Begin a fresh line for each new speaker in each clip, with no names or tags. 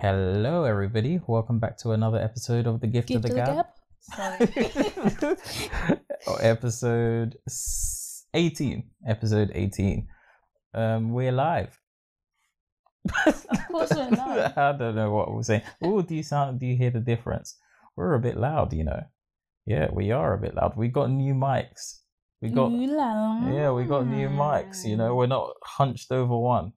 Hello, everybody. Welcome back to another episode of The Gift, of the Gab.
Sorry.
Or episode s- 18. Episode 18. Um, we're live.
of course we're not.
I don't know what we're saying. Oh, do you sound? Do you hear the difference? We're a bit loud, you know. Yeah, we are a bit loud. We got new mics. We got
Ooh la la.
yeah, we got new mics. You know, we're not hunched over one.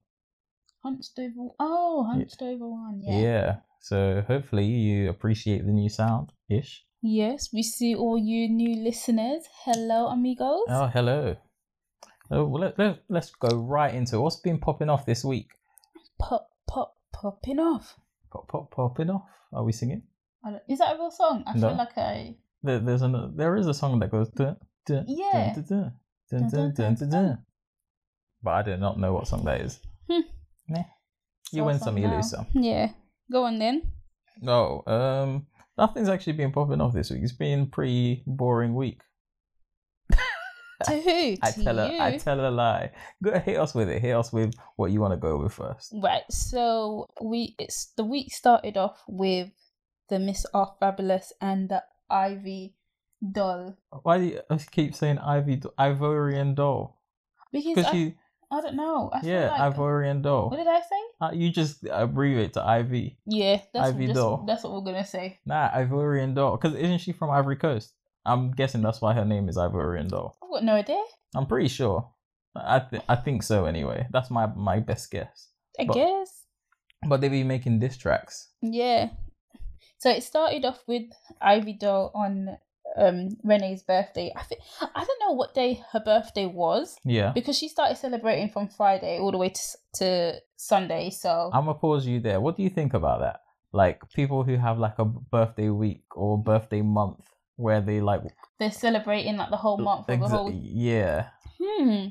Hunched over. Oh, hunched over one.
Yeah.
Yeah.
So hopefully you appreciate the new sound ish.
Yes, we see all you new listeners. Hello, amigos.
Oh, hello. Oh, well, let, let, let's go right into it. what's been popping off this week.
Pop, pop, popping off.
Pop, pop, popping off. Are we singing?
I don't, is that a real song? I
No.
feel like I.
There, there's an, there is a song that goes. Duh, duh,
Yeah.
Dun, dun, dun,
Dun,
dun,
dun,
dun,
dun,
dun,
dun.
dun. But I do not know what song that is.
Hmm.
Meh. You
saw
win some, you
now.
lose some.
Yeah. Go on then.
No, um, nothing's actually been popping off this week. It's been a pretty boring week.
To who?
I
to
tell
you.
a, I tell a lie. Go hit us with it. Hit us with what you want to go with first.
Right, so we it's the week started off with the Miss Off Fabulous and the Ivy doll.
Why do you keep saying Ivy do- Ivorian doll?
Because
Because
I,
you,
I don't know. I feel
yeah,
like,
Ivorian
what
doll.
did I say?
Uh, you just abbreviate to Ivy.
Yeah, that's
Ivy
just,
doll.
That's what we're gonna say.
Nah, Ivorian doll. Because isn't she from Ivory Coast? I'm guessing that's why her name is Ivorian doll.
I've got no idea.
I'm pretty sure. I th- I think so anyway. That's my my best guess.
I
But-
guess.
But they be making diss tracks.
Yeah. So it started off with Ivy doll on um Renee's birthday. I think I don't know what day her birthday was
Yeah.
because she started celebrating from Friday all the way to s- to Sunday. So
I'm gonna pause you there. What do you think about that? Like people who have like a birthday week or birthday month where they like
they're celebrating like the whole month or the
exa-
whole
yeah.
Hmm.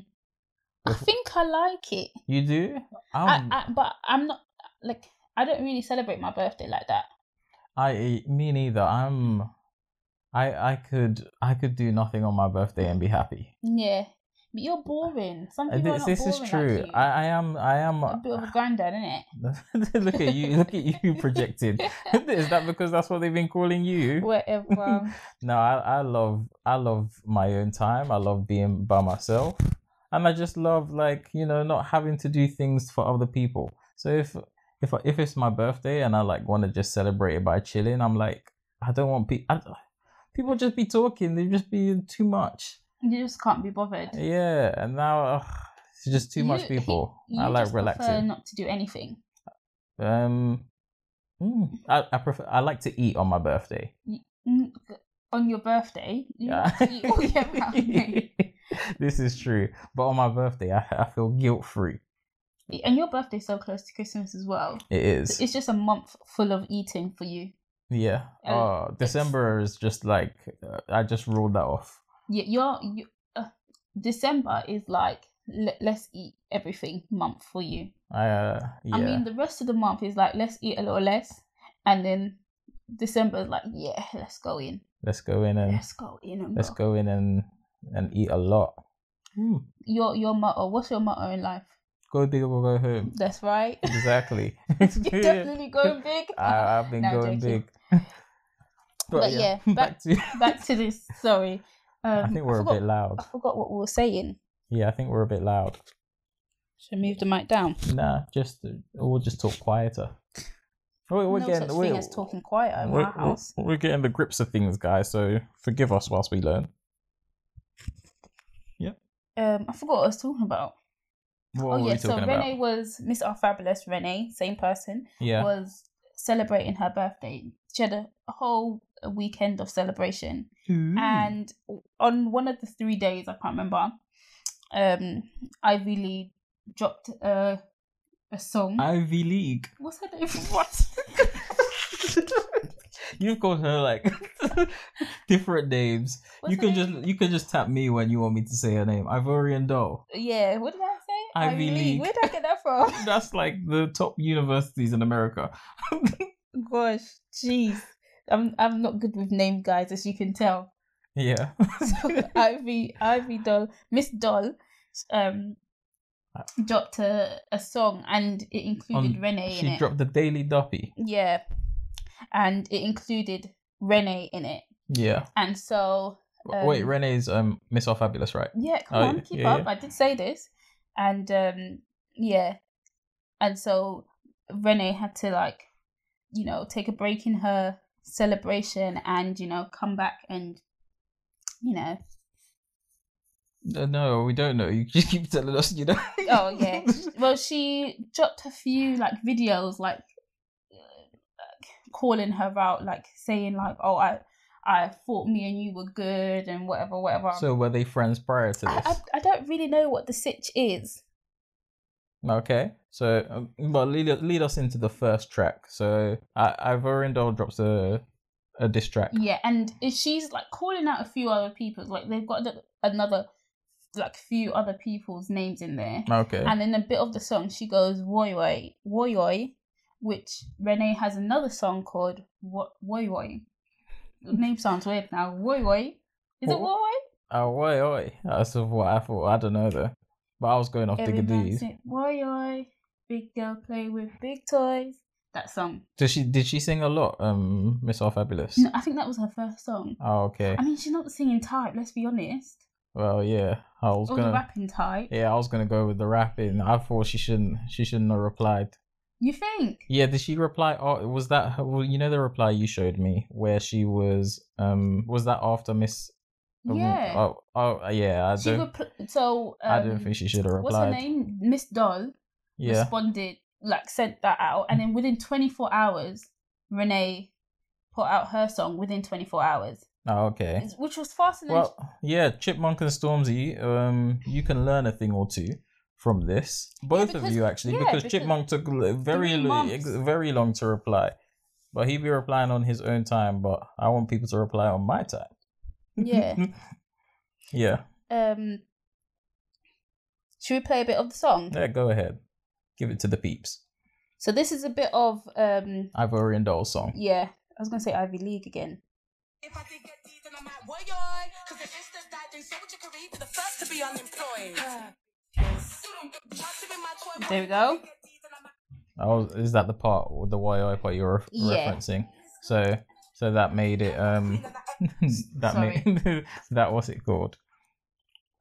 I
With-
think I like it.
You do?
I,
I'm, I,
I, but I'm not like I don't really celebrate my birthday like that.
e, me neither. I'm I I could I could do nothing on my birthday and be happy.
Yeah, but you're boring. Some
Uh,
people
This,
are not
this is
boring
true.
like you.
I, I am I am
a bit of a granddad, isn't it?
look at you look at you projected. is that because that's what they've been calling you?
Whatever. um,
No, I, I love I love my own time. I love being by myself. And I just love like, you know, not having to do things for other people. So if if if it's my birthday and I like want to just celebrate it by chilling, I'm like I don't want people people just be talking. They just be too much.
you just can't be bothered.
Yeah, and now ugh, it's just too much
You-
people.
You
I like
just prefer
relaxing.
not to do anything.
Um mm, I, I prefer I like to eat on my birthday.
Mm, On your birthday, you
Yeah.
like to eat all year round, don't
this is true. But on my birthday, I, I feel guilt free.
you? and your birthday's so close to Christmas as well.
It
So
is.
it's just a month full of eating for you.
yeah.
uh,
oh, December is just like, uh, I just ruled that off.
Yeah, your you, uh, December is like let, let's eat everything month for you.
I, uh, yeah.
I mean, the rest of the month is like let's eat a little less, and then December is like yeah, let's go in,
let's go in and,
let's go in, and
let's
go.
go in and, and eat a lot. Hmm.
Your your motto. What's your motto in life?
Go big or go home.
That's right.
Exactly.
You're definitely going big.
I, I've been
No,
going
joking.
big.
But yeah,
back
back-
to,
Back to this. Sorry. Um,
I think we're a
forgot,
bit loud.
I forgot what we were saying.
Yeah, I think we're a bit loud.
Should I move the mic down?
Nah, just uh, we'll just talk quieter. We're, we're
no
getting
such
we're,
thing as talking quiet in
we're-
my house.
we're getting the grips of things, guys. So forgive us whilst we learn.
Um, I forgot what I was talking about.
What
oh
were
yeah,
we
so
talking about?
Renee was Miss Our Fabulous Renee, same person,
yeah,
was celebrating her birthday. She had a whole weekend of celebration.
Hmm.
And on one of the three days, I can't remember, um, Ivy Lee dropped a a song.
Ivy League.
What's her name? What?
You've called her like different names.
What's
you
her
can
name?
just you can just tap me when you want me to say her name. Ivorian doll.
yeah. What did I say?
Ivy League.
Where did I get that from?
That's like the top universities in America.
Gosh, jeez. I'm I'm not good with name guys, as you can tell.
Yeah.
so Ivy Ivy Doll Miss Doll um dropped a, a song and it included
On-
Renee in
She
it.
dropped the Daily Doppy.
yeah. And it included Renee in it.
Yeah.
And so
W- Wait,
Um,
Renee's um Miss All Fabulous, right?
yeah, come
Oh,
on,
yeah,
keep
yeah,
up.
yeah.
I did say this. And um yeah. And so Renee had to like, you know, take a break in her celebration and, you know, come back and you know
Uh, No, we don't know. You just keep telling us, you know.
Oh, yeah. well she dropped a few like videos like uh, like, calling her out like saying like oh i i thought me and you were good and whatever whatever
so were they friends prior to
I,
this?
I, I don't really know what the sitch is
Okay, so um, well, lead, lead us into the first track. So I, I've Doll drops a a diss track.
yeah and if she's like calling out a few other people like they've got the, another like few other people's names in there
Okay,
and in a bit of the song she goes woy woy woy woy which renee has another song called Wo- woy woy the name sounds weird now woy woy is it
Wo-
woy woy
oh wait, wait, that's of what I thought. I don't know though, but I was going off
Every man
Diggadees.
sing, woy woy big girl play with big toys that song
Did she did she sing a lot? Um, Miss All Fabulous.
no, i think that was her first song
Oh, okay.
i mean she's not the singing type let's be honest
Well, yeah, I was
or the
gonna.
rapping type
Yeah, I was gonna go with the rapping. I thought she shouldn't. She shouldn't have replied.
You think?
Yeah, did she reply? Oh, was that? her- Well, you know the reply you showed me where she was. Um, was that after Miss?
yeah.
Oh, oh, yeah. I
she
don't.
repl- so um,
I don't think she should have replied.
what's her name? Miss Doll
Yeah.
responded, like sent that out, and then within 24 hours, Renee put out her song within 24 hours,
Oh, okay.
It's- which was faster than
Well, yeah, Chipmunk and Stormzy, um, you can learn a thing or two from this. Both of
because-
you actually,
yeah,
because,
because
Chipmunk took l- very
three
lo-
months.
ex- very long to reply. But he'd be replying on his own time, but I want people to reply on my time.
Yeah.
yeah.
um. Should we play a bit of the song?
Yeah, go ahead. Give it to the peeps.
So this is a bit of um.
Ivory and Doll song.
Yeah, I was gonna say Ivy League again.
If I did get these, then I might worry. Cause if it's just that, then so would your career be the first to be unemployed.
There we go.
Oh, is that the part, with the YI part you were
Yeah.
referencing? So, so that made it, um, that
Sorry.
may- that was it called.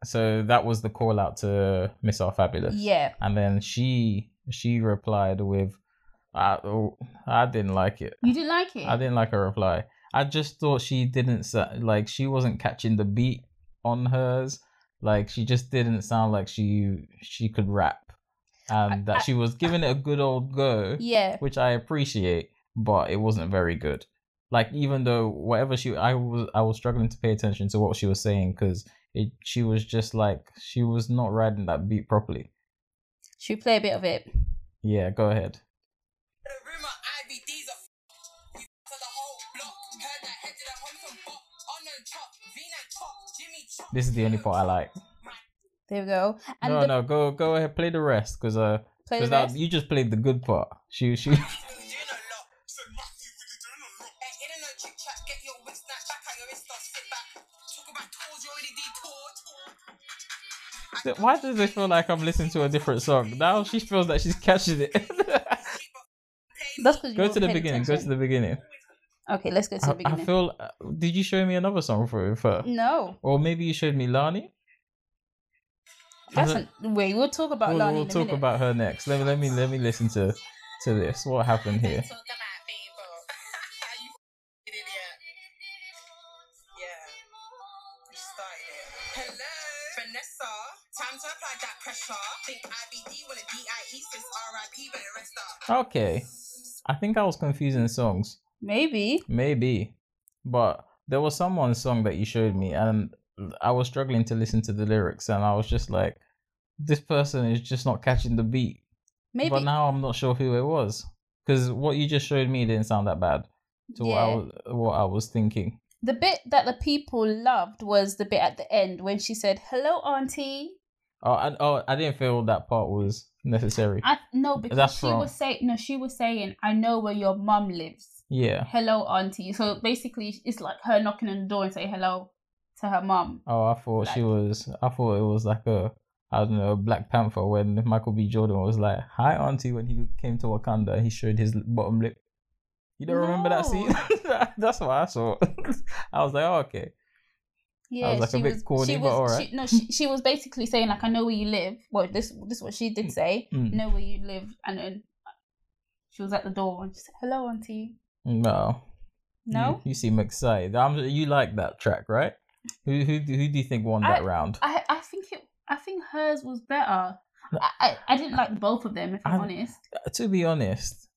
So that was the call out to Miss Our Fabulous,
Yeah,
and then she she replied with, "I oh, I didn't like it.
you didn't like it.
I didn't like her reply. I just thought she didn't sa- like she wasn't catching the beat on hers. Like she just didn't sound like she she could rap, and that she was giving it a good old go."
Yeah,
which I appreciate, but it wasn't very good. Like even though whatever she, I was I was struggling to pay attention to what she was saying because it she was just like she was not riding that beat properly.
should we play a bit of it?
Yeah, go ahead.
The rumor IBDs are f- for the whole block. Heard that head to the home from Bop. On the chop, V9 chop, Jimmy chop.
This is the only part I like.
There we go. And
no,
the,
no, go go ahead, play the rest because uh,
play the
'cause that-
rest.
you just played the good part. She she.
Doing a lot. So Matthew really doing a lot. Hey, in and out chit chat, get your wits snatched back and your wrist does sit back. Talk about tours, you already detoured.
Why does it feel like I'm listening to a different song now? She feels like she's catching it.
That's because
go to the beginning. Go to the beginning.
the. Okay, let's go to
I,
the
I
beginning. Mm.
feel. uh, Did you show me another song for for?
No,
Or maybe you showed me Lani.
that's
it-
an, wait. We'll talk about
we'll,
Lani
we'll
in a
talk
minute.
about her next. Let me let me let me listen to to this. What happened here?
Talking about people. How you f- idiot. Yeah. You started it. Hello. Vanessa. Time to apply that pressure. Think IBD when a DIE E says RIP, but the rest up.
Okay, I think I was confusing songs.
Maybe.
Maybe, but there was someone's song that you showed me, and I was struggling to listen to the lyrics, and I was just like, this person is just not catching the beat.
Maybe.
But now I'm not sure who it was because what you just showed me didn't sound that bad to what I
Yeah.
was what I was thinking.
The bit that the people loved was the bit at the end when she said, "Hello, Auntie."
Oh, I, oh, I didn't feel that part was necessary.
I, no, because
That's
she
wrong.
was saying, "No, she was saying, I know where your mum lives."
yeah.
Hello, Auntie. So basically, it's like her knocking on the door and say hello to her mum.
Oh, I thought she was. I thought it was like a I don't know, Black Panther when Michael B. Jordan was like, "Hi, Auntie," when he came to Wakanda, he showed his bottom lip. You don't remember that scene? That's what I saw. I was like, "Oh, okay."
Yeah,
was, like, a
she
bit
was.
corny,
she
but
was.
alright.
She, no, she, she was basically saying like, "I know where you live." Well, this this is what she did say.
Mm.
Know where you live, and then she was at the door and she said, "Hello, auntie."
No. You-
No,
You, seem excited. I'm, you like that track, right? Who who do, who do you think won that round?
I I think it. I think hers was better. I, I, I didn't like both of them, if I'm
I-
honest.
to be honest,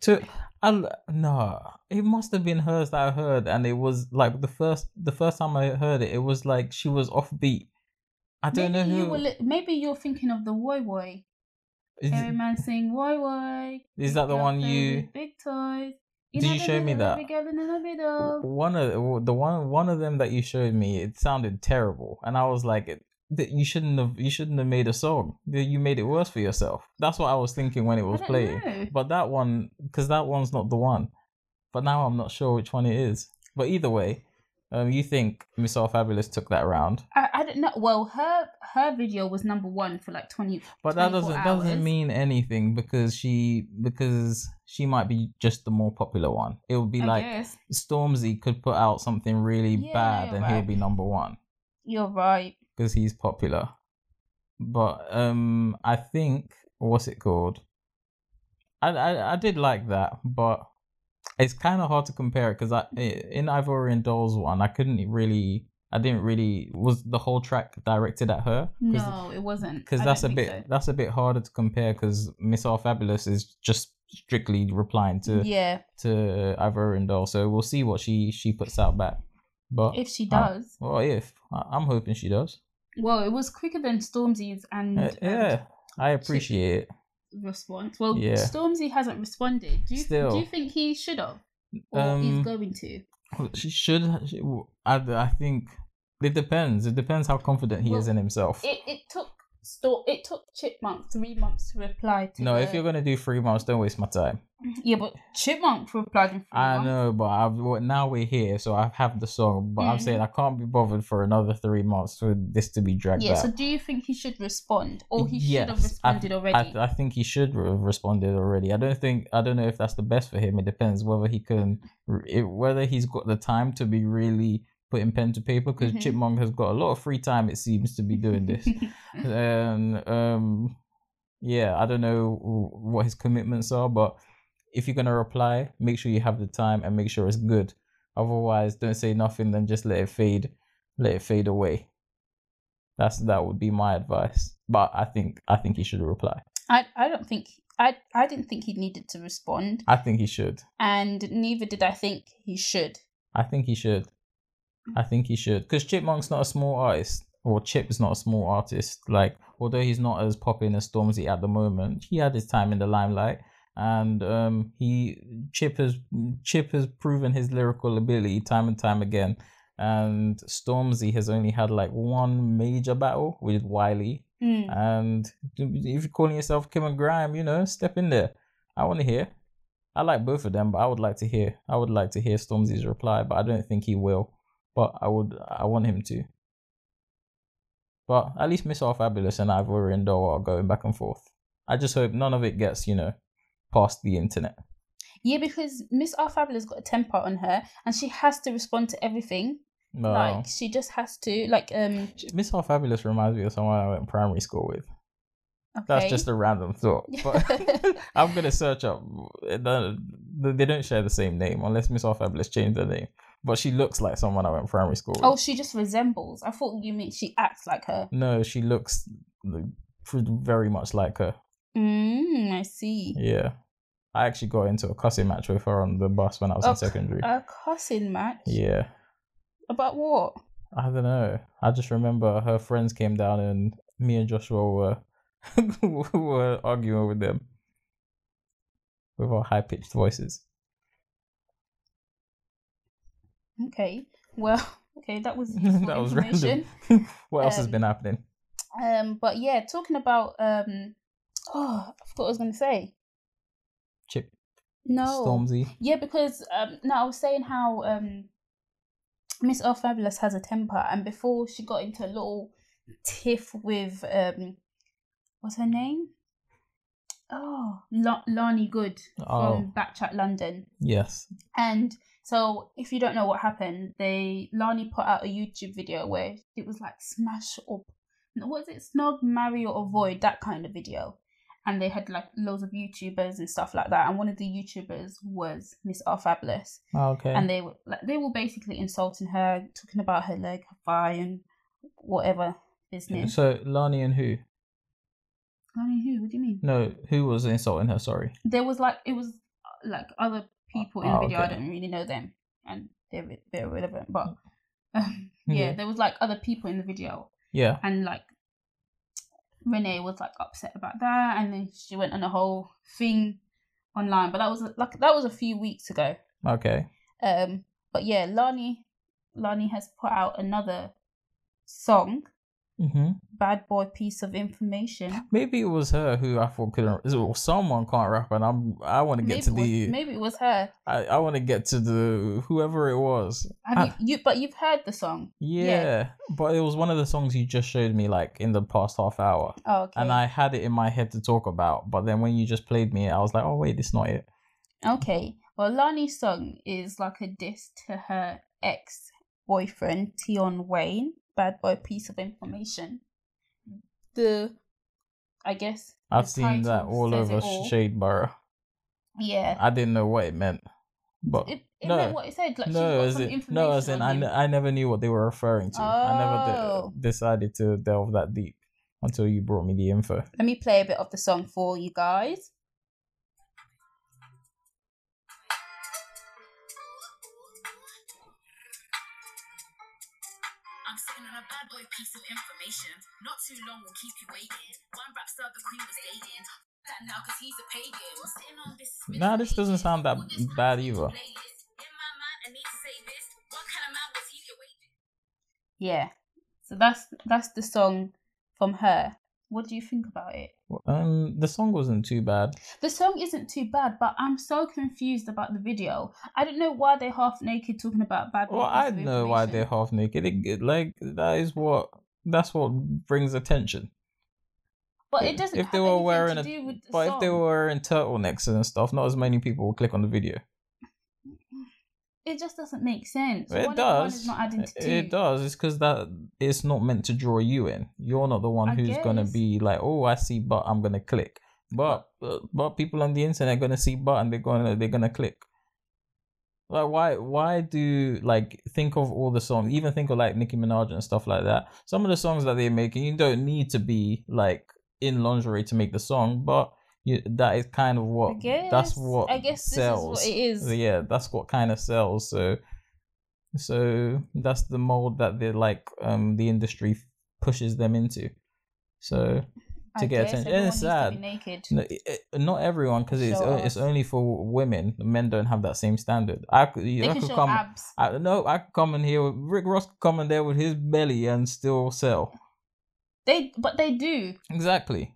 to I l- no, it must have been hers that I heard, and it was like the first the first time I heard it, it was like she was offbeat. I don't
maybe
know
you
who
were. Li- maybe you're thinking of the Woi Woi.
is,
Every man saying Woi Woi.
is that the
girl
one
play
you
with Big toys.
Did you
know the
show me
little
that?
baby girl in the middle.
one of the one one of them that you showed me. It sounded terrible, and I was like. It, that you shouldn't have you shouldn't have made a song That you made it worse for yourself that's what i was thinking when it
I
was
don't
playing
know.
But that one, because that one's not the one. But now I'm not sure which one it is. But either way, um, you think Miss All Fabulous took that round?
I, I don't know. Well, her her video was number one for like twenty.
But that
24
doesn't doesn't
hours.
mean anything because she because she might be just the more popular one. It would be
I
like
guess
Stormzy could put out something really
Yeah,
bad
you're
and he'll
right.
be number one
you're right.
because he's popular. But um, I think what's it called? I I, I did like that, but it's kind of hard to compare because I in Ivory and Dolls one I couldn't really I didn't really was the whole track directed at her
No, it wasn't.
because
I
that's a
don't
bit
think so.
that's a bit harder to compare because Miss All Fabulous is just strictly replying to
yeah,
to Ivory and Doll, so we'll see what she she puts out back. But
if she
Ah.
does.
well, if I, I'm hoping she does,
Well, it was quicker than Stormzy's and
Uh,
um,
yeah, I appreciate it.
response. Well,
Yeah.
Stormzy hasn't responded. Do you
Still.
do you think he should have or he's
Um,
going to?
She should. She, I, I think it depends. It depends how confident he is
Well,
in himself.
It it took store it took Chipmunk three months to reply to.
no,
the-
if you're gonna do three months, don't waste my time.
yeah, but Chipmunk replied in three
I
months.
know, but I've well, now we're here, so I have the song. But I'm
Mhm.
saying I can't be bothered for another three months for this to be dragged
Yeah,
out.
so do you think he should respond or he should have
Yes, I-
responded already?
I, I think he should have responded already. I don't think I don't know if that's the best for him. It depends whether he can, it, whether he's got the time to be really putting pen to paper. Because
Mhm.
Chipmunk has got a lot of free time. It seems to be doing this. and um yeah i don't know wh- what his commitments are but if you're going to reply make sure you have the time and make sure it's good otherwise don't say nothing then just let it fade let it fade away that's that would be my advice but i think i think he should reply
I I don't think I I didn't think he needed to respond,
i think he should
and neither did I think he should.
i think he should i think he should because chipmunk's not a small artist or chip's not a small artist like although he's not as popular as stormzy at the moment he had his time in the limelight and um he chip has chip has proven his lyrical ability time and time again and stormzy has only had like one major battle with wiley
Mm.
and if you're calling yourself Kim and Grime, you know, step in there. I want to hear. I like both of them, but I would like to hear. I would like to hear Stormzy's reply, but I don't think he will. But I would. I want him to. But at least Miss All Fabulous and Ivory and Doll are going back and forth. I just hope none of it gets, you know, past the internet.
Yeah, because Miss R Fabulous got a temper on her, and she has to respond to everything.
No.
Like she just has to like um.
um, Miss All Fabulous reminds me of someone I went primary school with.
Okay.
That's just a random thought. But I'm gonna search up. the- They don't share the same name unless Miss All Fabulous changed their name. But she looks like someone I went primary school with.
oh, she just resembles. I thought you meant she acts like her.
No, she looks very much like her.
Mm, I see.
Yeah, I actually got into a cussing match with her on the bus when I was
Oh,
in secondary.
A cussing match
yeah,
about what?
I don't know. I just remember her friends came down and me and Joshua were were arguing with them with our high pitched voices.
Okay. Well, okay, that was useful
that was
information.
random. what else has
Um,
been happening?
Um, but yeah, talking about um, oh, I forgot what I was gonna say.
Chip
No,
Stormzy.
yeah, because um, no, I was saying how um, Miss Earth Fabulous has a temper, and before she got into a little tiff with um, what's her name? Oh, La- Lani Good
Oh.
from Backchat London.
Yes.
And so, if you don't know what happened, they Lani put out a YouTube video where it was like smash up, what is it, snog, marry or avoid that kind of video, and they had like loads of YouTubers and stuff like that. And one of the YouTubers was Miss R Fabulous,
Okay.
and they were like they were basically insulting her, talking about her leg, her thigh, and whatever business.
so Lani and who?
Lani, who? What do you mean?
No, who was insulting her? Sorry.
there was like it was uh, like other people in
Oh,
the video.
okay.
I don't really know them, and they're re- they're irrelevant. But um, yeah,
Yeah.
there was like other people in the video,
Yeah.
and like Renee was like upset about that, and then she went on a whole thing online. But that was like that was a few weeks ago.
Okay.
Um, but yeah, Lani Lani has put out another song,
hmm
"Bad Boy Piece of Information."
Maybe it was her who I thought couldn't, or someone can't rap, and I'm I want to
Maybe
get
it
to
was-
the
maybe it was her.
I, I want to get to the whoever it was.
Have you, you? But you've heard the song.
Yeah, but it was one of the songs you just showed me like in the past half hour,
Oh, okay.
and I had it in my head to talk about. But then when you just played me, it, I was like, oh wait, this not it.
Okay. Well, Lani's song is like a diss to her ex boyfriend, Tion Wayne. Bad boy piece of information. The, I guess.
I've
the
seen that
title
all
says it
over
all.
Shadeborough.
Yeah.
I didn't know what it meant, but
It, it
no.
meant what it said. Like,
no,
she's
as
got some
in,
information.
no, as in,
on
I,
him.
ne- I never knew what they were referring to. I never
Oh.
de- decided to delve that deep until you brought me the info.
Let me play a bit of the song for you guys.
I'm sitting on a bad boy piece of information. Not too long will keep you waiting. One rap star the queen was dating. That now because he's a pagan. Sitting on this
Nah, this doesn't sound that bad either.
playlist. In my mind, I need to say this. What kind of man was he awaiting?
Yeah. So that's that's the song from her. What do you think about it?
Um, the song wasn't too bad.
The song isn't too bad, but I'm so confused about the video. I don't know why they're half naked talking about bad.
Well,
pieces
I
of
know why they're
information.
half naked. It, it- like that is what that's what brings attention.
But it doesn't.
If they
have
were wearing
anything to
a,
do with the
but if they
song.
were wearing turtlenecks and stuff, not as many people will click on the video.
it just doesn't make sense.
it
One and one
does.
is not adding to
It-
two.
It does. It's because that it's not meant to draw you in. You're not the one
I
who's gonna
guess.
be like, oh, I see, but I'm gonna click. But but, but people on the internet are gonna see, but and they're gonna they're gonna click. Like why why do like think of all the songs? Even think of like Nicki Minaj and stuff like that. Some of the songs that they're making, you don't need to be like in lingerie to make the song, but. You, that is kind of
I
what
guess.
that's what
I guess
sells.
this is what it is.
Yeah, that's what kind of sells. So, so that's the mold that they like. Um, the industry pushes them into. So
I
to get
guess
attention.
everyone
It's
needs to
sad.
be naked.
no, it- it- not everyone, because it's
Show
o- it's
us.
only for women. Men don't have that same standard. I could,
They
I
can
could
show
come.
abs.
I no, I could come in here. With, Rick Ross could come in there with his belly and still sell.
They, but they do
Exactly.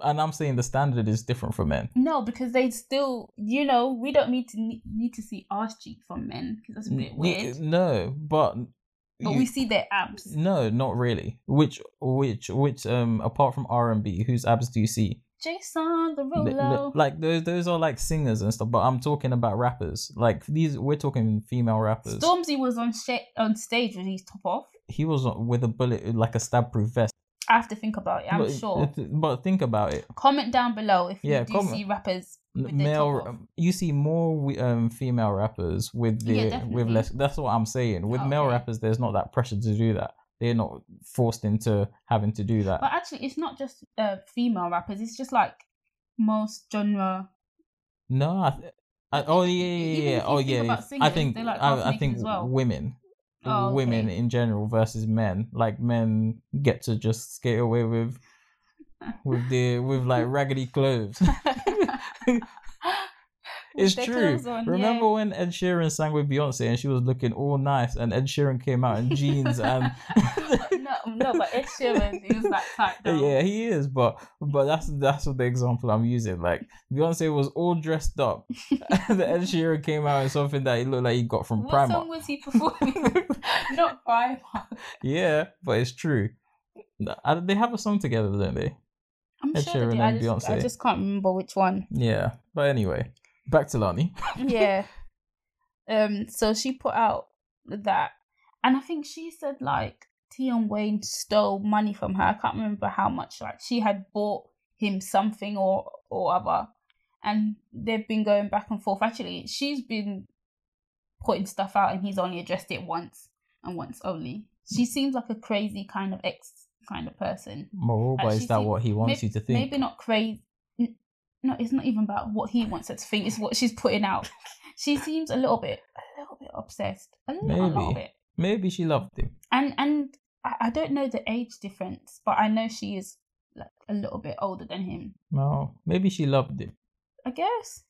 And I'm saying the standard is different for men.
no because they still. You know, we don't need to need to see arse cheek from men because that's a bit
N-
weird.
No, but
But
you-
we see their abs.
No, not really. Which which which um apart from R and B, whose abs do you see?
Jason the
Li- li-
Rolo.
Like those those are like singers and stuff, but I'm talking about rappers. Like these we're talking female rappers.
Stormzy was on sh- on stage with his top off.
He was with a bullet like a stab proof vest.
I have to think about it. I'm
but,
sure.
But think about it.
Comment down below if
Yeah,
you do
comment.
see rappers. With their
male
top off.
you see more we- um female rappers with the
Yeah,
with
definitely.
less that's what i'm saying with
Oh,
male
okay.
rappers there's not that pressure to do that they're not forced into having to do that
But actually, it's not just uh, female rappers. It's just like most genre.
No, I th- I, oh yeah, yeah,
e, even
yeah, yeah.
if you
oh yeah.
think
yeah.
about
I
singers,
think
they're, like, half
I, I
naked
think
as well.
women,
Oh, okay.
women in general versus men. Like men get to just skate away with with their with like raggedy clothes. It's
With their
true.
clothes on, yeah.
Remember when Ed Sheeran sang with Beyonce and she was looking all nice, and Ed Sheeran came out in jeans and
no, no, but Ed Sheeran is that type. Though.
yeah, he is, but but that's that's what the example I'm using. Like Beyonce was all dressed up, and Ed Sheeran came out in something that he looked like he got from
What
Primark.
song was he performing? not Primark.
Yeah, but it's true. Uh, They have a song together, don't they?
I'm
Ed
sure they
Sheeran
did. I
and
just, I
Beyonce.
just can't remember which one.
Yeah. But anyway, back to Lani.
yeah. Um. So she put out that, and I think she said like T and Wayne stole money from her. I can't remember how much. Like she had bought him something or or other, and they've been going back and forth. Actually, she's been putting stuff out, and he's only addressed it once and once only. She seems like a crazy kind of ex kind of person.
Moral, but
Actually,
is that
see,
what he wants
Mayb-
you to think?
Maybe not crazy. No, it's not even about what he wants her to think. It's what she's putting out. she seems a little bit, a little bit obsessed. A little, a little
Maybe.
bit.
Maybe she loved him.
And and I, I don't know the age difference, but I know she is like a little bit older than him.
No, maybe she loved him,
I guess.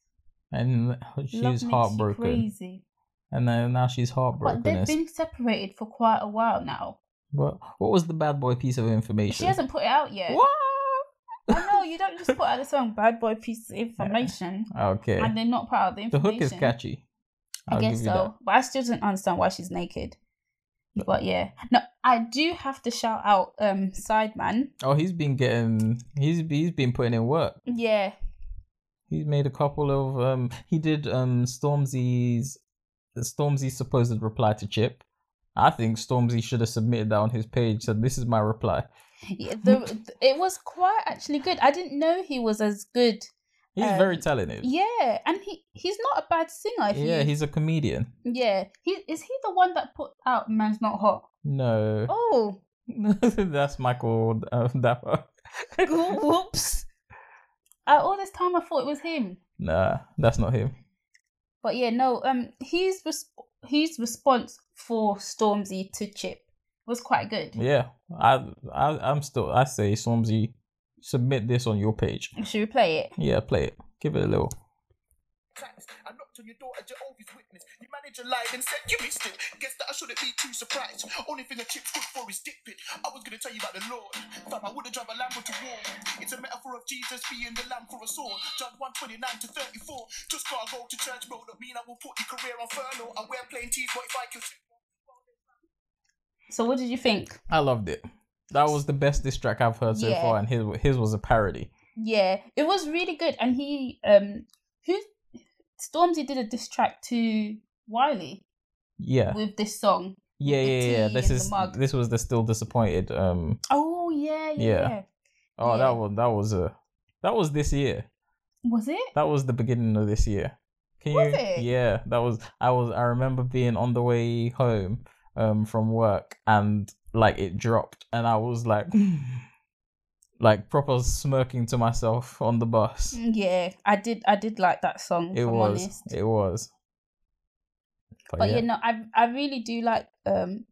and she
Love
was
makes you
heartbroken,
Crazy.
and then now she's heartbroken.
But they've
It's-
been separated for quite a while now.
What what was the bad boy piece of information?
She hasn't put it out yet.
What?
I know you don't just put out the song "Bad Boy" piece of information,
Okay.
and then not put out the
The
information.
hook is catchy.
I
I'll
guess
give
so.
you that.
But I still don't understand why she's naked. But yeah. No, I do have to shout out um Sideman.
Oh, he's been getting he's he's been putting in work.
Yeah.
He's made a couple of um he did um Stormzy's Stormzy's supposed reply to Chip. I think Stormzy should have submitted that on his page. Said this is my reply.
yeah the, th- it was quite actually good. I didn't know he was as good.
He's
Um,
very talented.
Yeah, and he he's not a bad singer. If
Yeah,
you,
he's a comedian.
yeah. He is he the one that put out "Man's Not Hot."
No,
Oh,
that's Michael uh, Dapper.
whoops! Uh, all this time I thought it was him.
Nah, that's not him.
But yeah, no, um, his res- his response for Stormzy to Chip was quite good.
Yeah, I, I, I'm still. I say, Stormzy, submit this on your page.
Should we play it?
Yeah, play it. Give it a little.
Facts. I knocked on your door at Jehovah's Witness. Your manager lied and said you missed it. Guess that I shouldn't be too surprised. Only thing a chip's good for is dick pic. I was gonna tell you about the Lord. Fam, I wouldn't drive a Lambo to war. It's a metaphor of Jesus being the lamb for us all. John 129 to 34. Just gotta go to church, bro. Don't mean I will put your career on furlough. I wear plain tees, but if I kill
So, what did you think?
I loved it. That was the best diss track I've heard so
Yeah.
far, and his his was a parody.
Yeah, it was really good. And he, um, who Stormzy did a diss track to Wiley
Yeah,
with this song.
yeah,
the
yeah, yeah.
tea
This
in the
is
mug.
this was the still disappointed. Um,
Oh yeah, yeah.
Yeah.
yeah.
oh,
Yeah.
that was that was a that was this year.
Was it?
That was the beginning of this year. Can
Was
you?
it?
Yeah, that was. I was. I remember being on the way home, um, from work, and like it dropped, and I was like, like proper smirking to myself on the bus.
Yeah, I did. I did like that song.
it
Mm, if I'm
was.
honest.
It was. But,
but
yeah,
you know, I I really do like um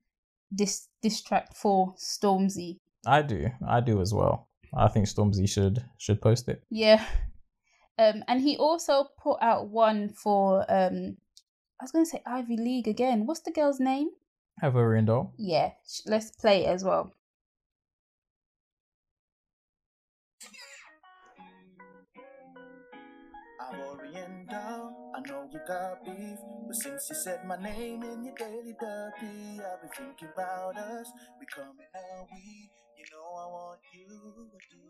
this diss track for Stormzy.
I do. I do as well. I think Stormzy should should post it.
Yeah. Um, and he also put out one for um, I was gonna say Ivy League again. What's the girl's name?
Have a Rindle.
Yeah, sh- let's play it as well.
I'm Oriental. I know we got beef, but since you said my name in your daily derby, I've been thinking about us becoming a we. You know I want you to do.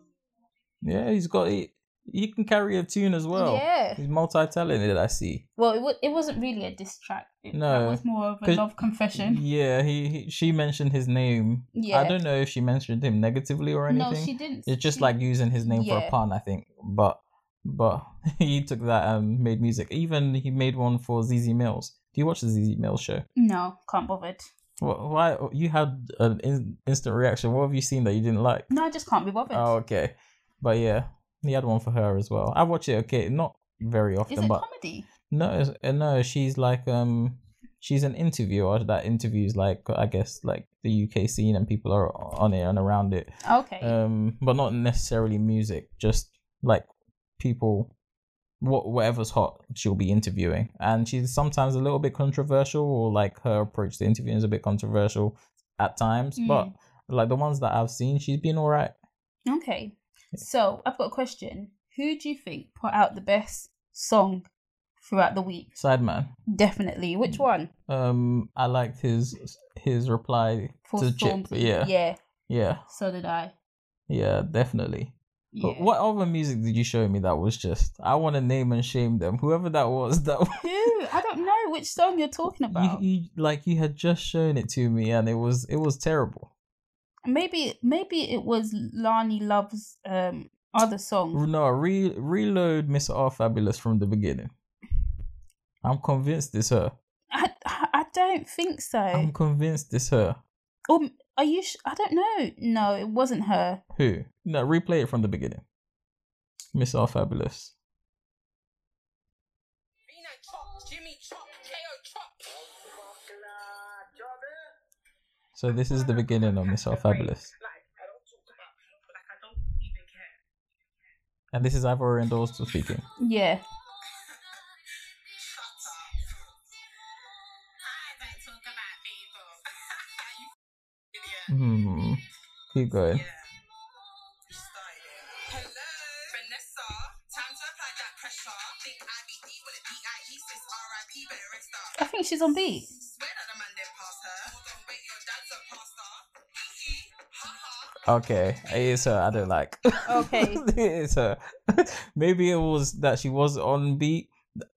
Yeah, he's got. He, he can carry a tune as well.
yeah.
He's multi talented. I see.
Well, it, w- it wasn't really a diss track. It,
No,
It was more of a
'cause-
love confession.
Yeah, he, he she mentioned his name.
Yeah.
I don't know if she mentioned him negatively or anything.
No, she didn't.
it's just
she-
like using his name for
Yeah.
a pun, I think. But but he took that and made music. Even he made one for ZZ Mills. Do you watch the ZZ Mills show?
No, can't bothered.
Wh- Why you had an in, instant reaction? What have you seen that you didn't like?
No, I just can't be bothered.
Oh, okay. But yeah, he had one for her as well. I watch it. Okay, not very often,
Is it
but
comedy?
no, it's- uh, no, she's like um, she's an interviewer that interviews like I guess like the UK scene and people are on it and around it.
Okay.
Um, but not necessarily music, just like people, what whatever's hot, she'll be interviewing, and she's sometimes a little bit controversial, or like her approach to interviewing is a bit controversial at times.
Hmm.
But like the ones that I've seen, she's been alright.
okay. So I've got a question. Who do you think put out the best song throughout the week?
Sideman.
Definitely.
Mm.
Which one?
Um, I liked his his reply
For
to
Stormzy.
Chip. Yeah,
Yeah.
Yeah.
So did I.
Yeah, definitely.
Yeah.
But what other music did you show me that was just I want to name and shame them. Whoever that was that
Who? I don't know which song you're talking
you,
about.
you like you had just shown it to me and it was it was terrible.
Maybe maybe it was Lani Love's um other song.
No, re- reload Miss R Fabulous from the beginning. I'm convinced it's her.
I I don't think so.
I'm convinced it's her.
Um, are you? Sh- I don't know. No, it wasn't her.
Who? No, replay it from the beginning. Miss R Fabulous.
Reno chop, Jimmy chop, KO chop.
So this is the beginning of Miss R Fabulous.
Like, I don't talk about people, like, I don't even care.
And this is Ivor and also speaking.
Yeah.
Shut up. I don't talk about people. you idiot.
Hmm. Keep going.
Yeah. You started it. Hello. Vanessa, time to apply that pressure. Think IBD will it be IE since RIP better red star.
I think she's on beat.
Swear that the man didn't pass her. Hold on, wait, your dad's a pastor. Hee hee. Ha ha.
Okay, it is her. I don't like.
Okay.
it is her. Maybe it was that she was on beat.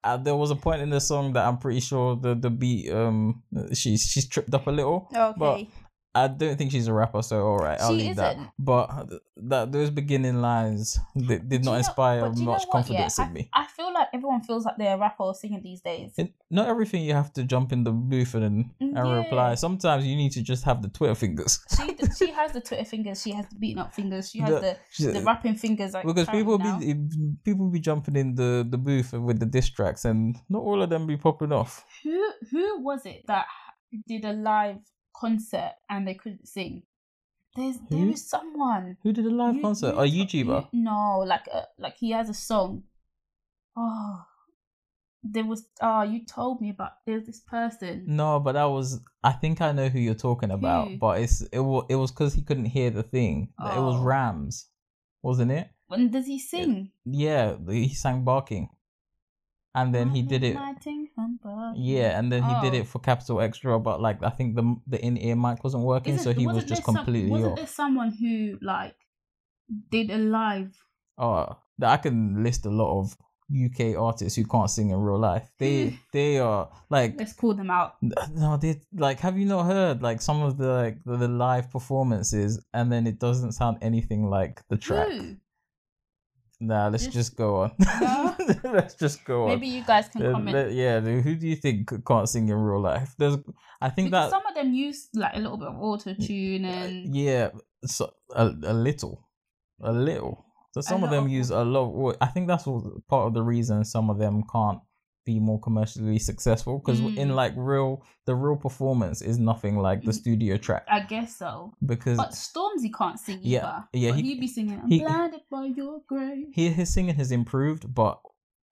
Uh, there was a point in the song that I'm pretty sure the the beat um she's she's tripped up a little. But
Okay.
I don't think she's a rapper, so all right, I'll
She
leave that.
isn't.
But th- that those beginning lines did, did
Do
not
you know-
inspire
but do you know
much
what? Yeah,
confidence in me.
I feel like everyone feels like they're a rapper or singer these days.
It- not everything you have to jump in the booth and and reply.
Yeah.
Sometimes you need to just have the Twitter fingers.
She she has the Twitter fingers. She has the beating up fingers. She has
The- uh,
the the rapping fingers. Like,
because people
apparently now.
be it- people be jumping in the the booth with the diss tracks, and not all of them be popping off.
who who was it that did a live concert and they couldn't sing? There's there
Who?
is someone.
Who did a live
You-
concert? Oh,
you
a
t-
YouTuber?
you- no, like a, like he has a song. Oh, there was. Oh, you told me about there's this person.
no, but that was I think I know who you're talking about,
Who?
but it's it was it was because he couldn't hear the thing. It was
Oh.
Rams, wasn't it?
When does he sing?
Yeah, the- he sang barking, and then he did it.
Nighting from above.
Yeah, and then he did
Oh.
it for Capital Extra, but like I think the the in ear mic wasn't working,
Isn't-
so he was
wasn't
just
there some-
completely
Wasn't
off.
there someone who like did a live?
Oh, that I can list a lot of UK artists who can't sing in real life. They they are like
Let's call them out.
no, they like have you not heard like some of the like the, the live performances and then it doesn't sound anything like the track.
Who?
Nah, let's
Just-
just go on.
No?
let's just go on.
Maybe you guys can
Uh,
comment.
le- yeah, dude, who do you think c- can't sing in real life? There's I think that
because some of them use like a little bit of auto tune and
yeah, so, a, a little, a little. So some of
lot
them
of-
use a lot. well, I think that's all- part of the reason some of them can't be more commercially successful because in
Mm.
like real, the real performance is nothing like the
Mm.
studio track
I guess so.
because
But Stormzy can't sing
Yeah,
either.
yeah,
but
he-
he, would be singing. I'm
he-
blinded by your grace.
he, his singing has improved, but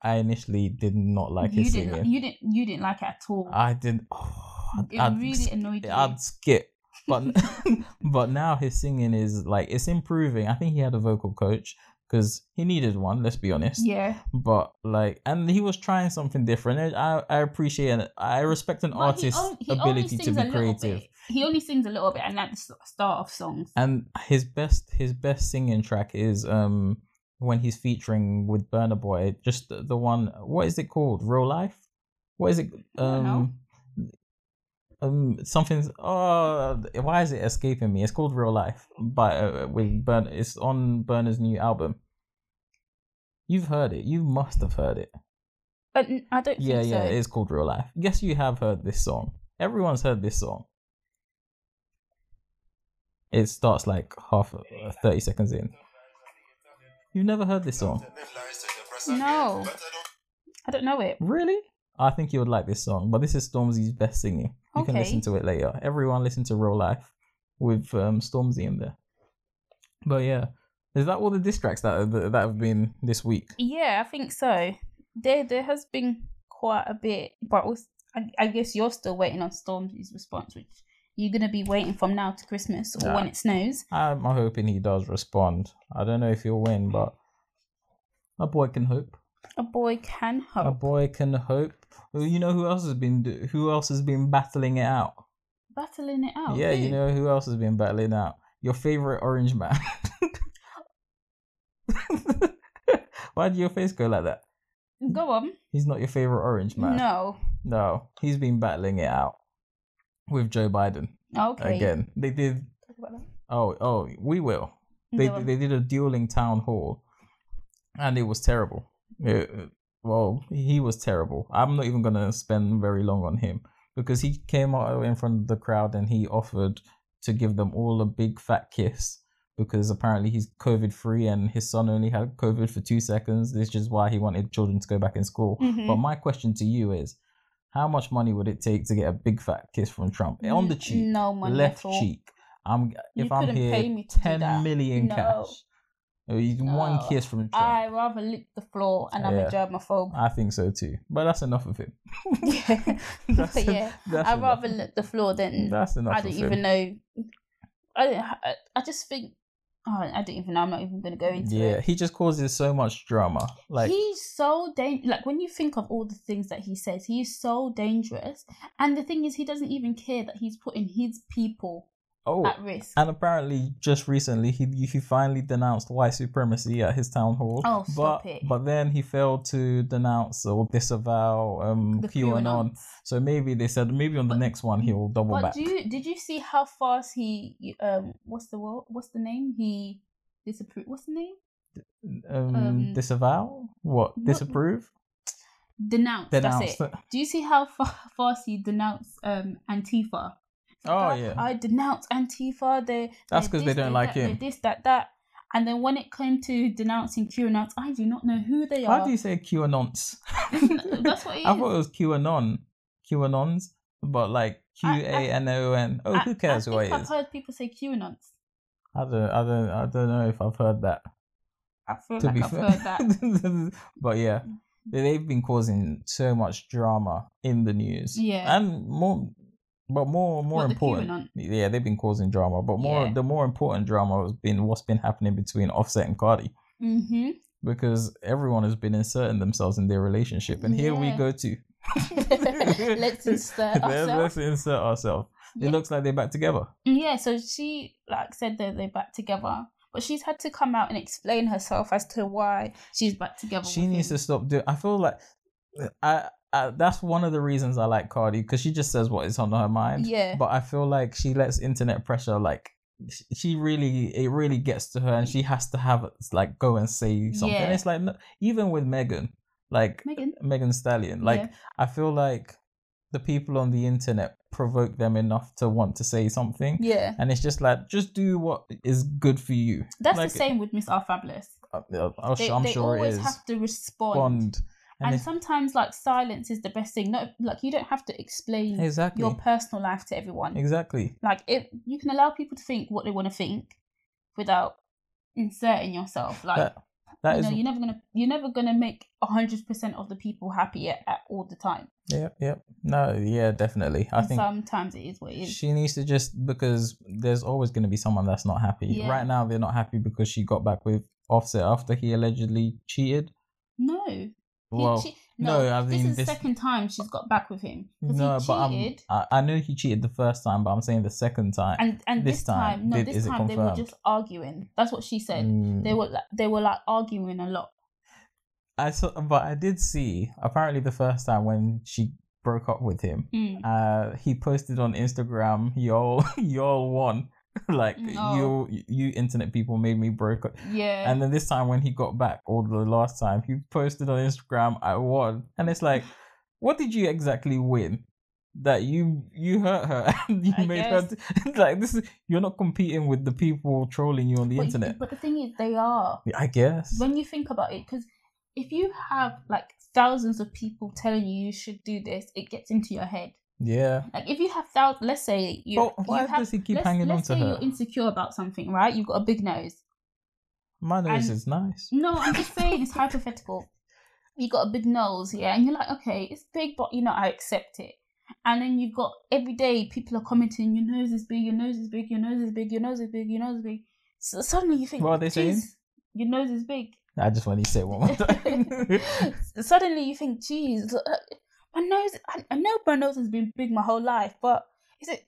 I initially did not like
you
his
didn't.
singing.
You didn't. You didn't like it at all.
I didn't. Oh, I'd-
it
I'd
really annoyed you.
I'd skip. But but now his singing is like it's improving. I think he had a vocal coach because he needed one. Let's be honest.
yeah,
But like, and he was trying something different. and I I appreciate and I respect an
But he
artist's
on- he only
ability to
sings a
be
little
creative.
bit. He only sings a little bit, and at the s- start of songs.
And his best his best singing track is um when he's featuring with Burna Boy. Just the, the one. What is it called? Real life. What is it?
don't know.
Um. Um, something's oh, why is it escaping me? It's called Real Life, but uh, with Burn, it's on Burner's new album. You've heard it, you must have heard it.
But n- I don't.
Yeah,
think
yeah,
So.
it's called Real Life. Yes, you have heard this song. Everyone's heard this song. It starts like half uh, thirty seconds in. You've never heard this song,
No, I don't know it.
really? I think you would like this song, but this is Stormzy's best singing. You can
Okay.
listen to it later. Everyone listen to Real Life with um, Stormzy in there. But yeah, is that all the diss tracks that that have been this week?
Yeah, I think so. There, there has been quite a bit, but was, I, I guess you're still waiting on Stormzy's response, which you're gonna be waiting from now to Christmas or
Yeah.
when it snows.
I'm hoping he does respond. I don't know if he'll win, but a boy can hope.
A boy can
A
hope.
boy can hope. Well, you know who else has been do- who else has been battling it out?
Battling it out.
yeah, you
who?
know who else has been battling out? your favorite orange man. Why did your face go like that?
Go on.
He's not your favorite orange man.
No.
No, he's been battling it out with Joe Biden
Okay.
again. They did.
Talk about that.
Oh, oh, we will. They
Go on.
they did a dueling town hall, and it was terrible. It- uh, well, he was terrible. I'm not even gonna spend very long on him because he came out in front of the crowd and he offered to give them all a big fat kiss because apparently he's COVID free and his son only had COVID for two seconds. This is why he wanted children to go back in school.
Mhm.
But my question to you is, how much money would it take to get a big fat kiss from Trump on the
N-
cheek,
No money
left
at all.
cheek? I'm
You
if I'm
couldn't
here,
pay me to do
ten
that.
million
No.
cash. Uh, You can one
No.
kiss from Trump. I...
I rather lick the floor and I'm a
Yeah.
germaphobe.
think so too, but that's enough of him.
yeah.
That's
But
en-
yeah,
that's
I'd
enough. Mm,
rather lick the floor than
That's enough.
I
of
don't
him.
even know. I don't, I, I just think oh, I don't even know. I'm not even going to go into
yeah,
it.
he just causes so much drama. Like
he's so dangerous. Like when you think of all the things that he says, he is so dangerous. And the thing is, he doesn't even care that he's putting his people
oh,
at risk.
and apparently just recently he he finally denounced white supremacy at his town hall.
Oh,
but
stop it.
but then he failed to denounce or disavow um
The
QAnon.
QAnon.
So maybe they said maybe on the
But-
next one he'll double
But
back.
do you did you see how fast he um what's the word what's the name he disapproved what's the name
um,
um,
disavow what
not-
disapprove
denounced
denounce.
that's it do you see how fa- fast he denounced um Antifa
Oh,
"I-
yeah.
I denounce Antifa they
That's 'cause they don't like
that,
him.
they're this that that and then when it came to denouncing QAnon I do not know who they
How
are
do you say QAnons?
that's what it
I
is.
thought it was QAnon, QAnons, but like Q
I-
A
I-
N O N. Oh,
I-
who cares
I
who it
think I've
is?
heard people say QAnon
I don't, I don't, I don't know if I've heard that.
I feel
Uh, To
like
be
I've
fair,
heard that
but yeah, they- they've been causing so much drama in the news.
Yeah.
and more, but more, more
What, the
important.
QAnon?
yeah, they've been causing drama, but more
Yeah.
the more important drama has been what's been happening between Offset and Cardi.
mm-hmm
because everyone has been inserting themselves in their relationship, and here we
Yeah.
go to
Mm-hmm. let's insert
Let's-
ourselves
let's insert ourselves.
Yeah.
It looks like they're back together.
Yeah, so she like said that they're back together, but she's had to come out and explain herself as to why she's back together.
She
with
needs
him.
to stop doing. I feel like I, I that's one of the reasons I like Cardi because she just says what is on her mind.
Yeah.
But I feel like she lets internet pressure like sh- she really it really gets to her and she has to have like go and say something
Yeah.
it's like no, even with megan like
Megan.
megan stallion like
yeah.
I feel like the people on the internet provoke them enough to want to say something.
Yeah.
And it's just like, just do what is good for you.
that's
like-
the same with Miss R Fabulous.
I, I,
They,
am
they
sure it
always
is.
have to respond,
Bond. And,
and,
it's-
sometimes like silence is the best thing. Not like you don't have to explain
exactly.
your personal life to everyone.
exactly.
Like it, you can allow people to think what they want to think without inserting yourself. Like
That- That
you
is.
know, you're never gonna you're never gonna make hundred percent of the people happy at, at all the time.
yeah, yeah. No, yeah, definitely. I
And
think
sometimes it is what it is.
she needs to just, because there's always going to be someone that's not happy.
Yeah.
Right now, they're not happy because she got back with Offset after he allegedly cheated.
No. He
Well,
che-
no, I
this
mean,
is the
this-
second time she's got back with him. 'Cause
no,
he
but I'm,
cheated,
I, I know he cheated the first time, but I'm saying the second time.
and and this,
this
time,
time,
no,
did-
this
is it
time they were
confirmed?
just arguing. That's what she said.
Mm.
They were like, they were like arguing a lot.
I saw, but I did see. Apparently, the first time when she broke up with him,
Mm.
uh, he posted on Instagram, "Y'all, y'all won. like
No.
you, you internet people made me break up."
Mm, oh. Yeah,
And then this time when he got back, or the last time, he posted on Instagram, "I won," and it's like, what did you exactly win? That you you hurt her and you
I
made her like this. Is, you're not competing with the people trolling you on the
but,
internet.
But the thing is, they are.
I guess.
When you think about it, because if you have like thousands of people telling you you should do this, it gets into your head.
yeah.
Like if you have thousands, let's say you.
But why
you have,
does he keep
let's,
hanging
let's
on to
say
her?
You're insecure about something, right? You've got a big nose.
My nose
And-
is nice.
No, I'm just saying it's hypothetical. You got a big nose, yeah, and you're like, okay, it's big, but you know, I accept it. And then you've got every day people are commenting, your nose is big, your nose is big, your nose is big, your nose is big, your nose is big. So suddenly you think,
What are they saying?
"Jeez, Your nose is big.
I just want you to say it one more time.
suddenly you think, geez, look, my nose. I, I know my nose has been big my whole life, but is it?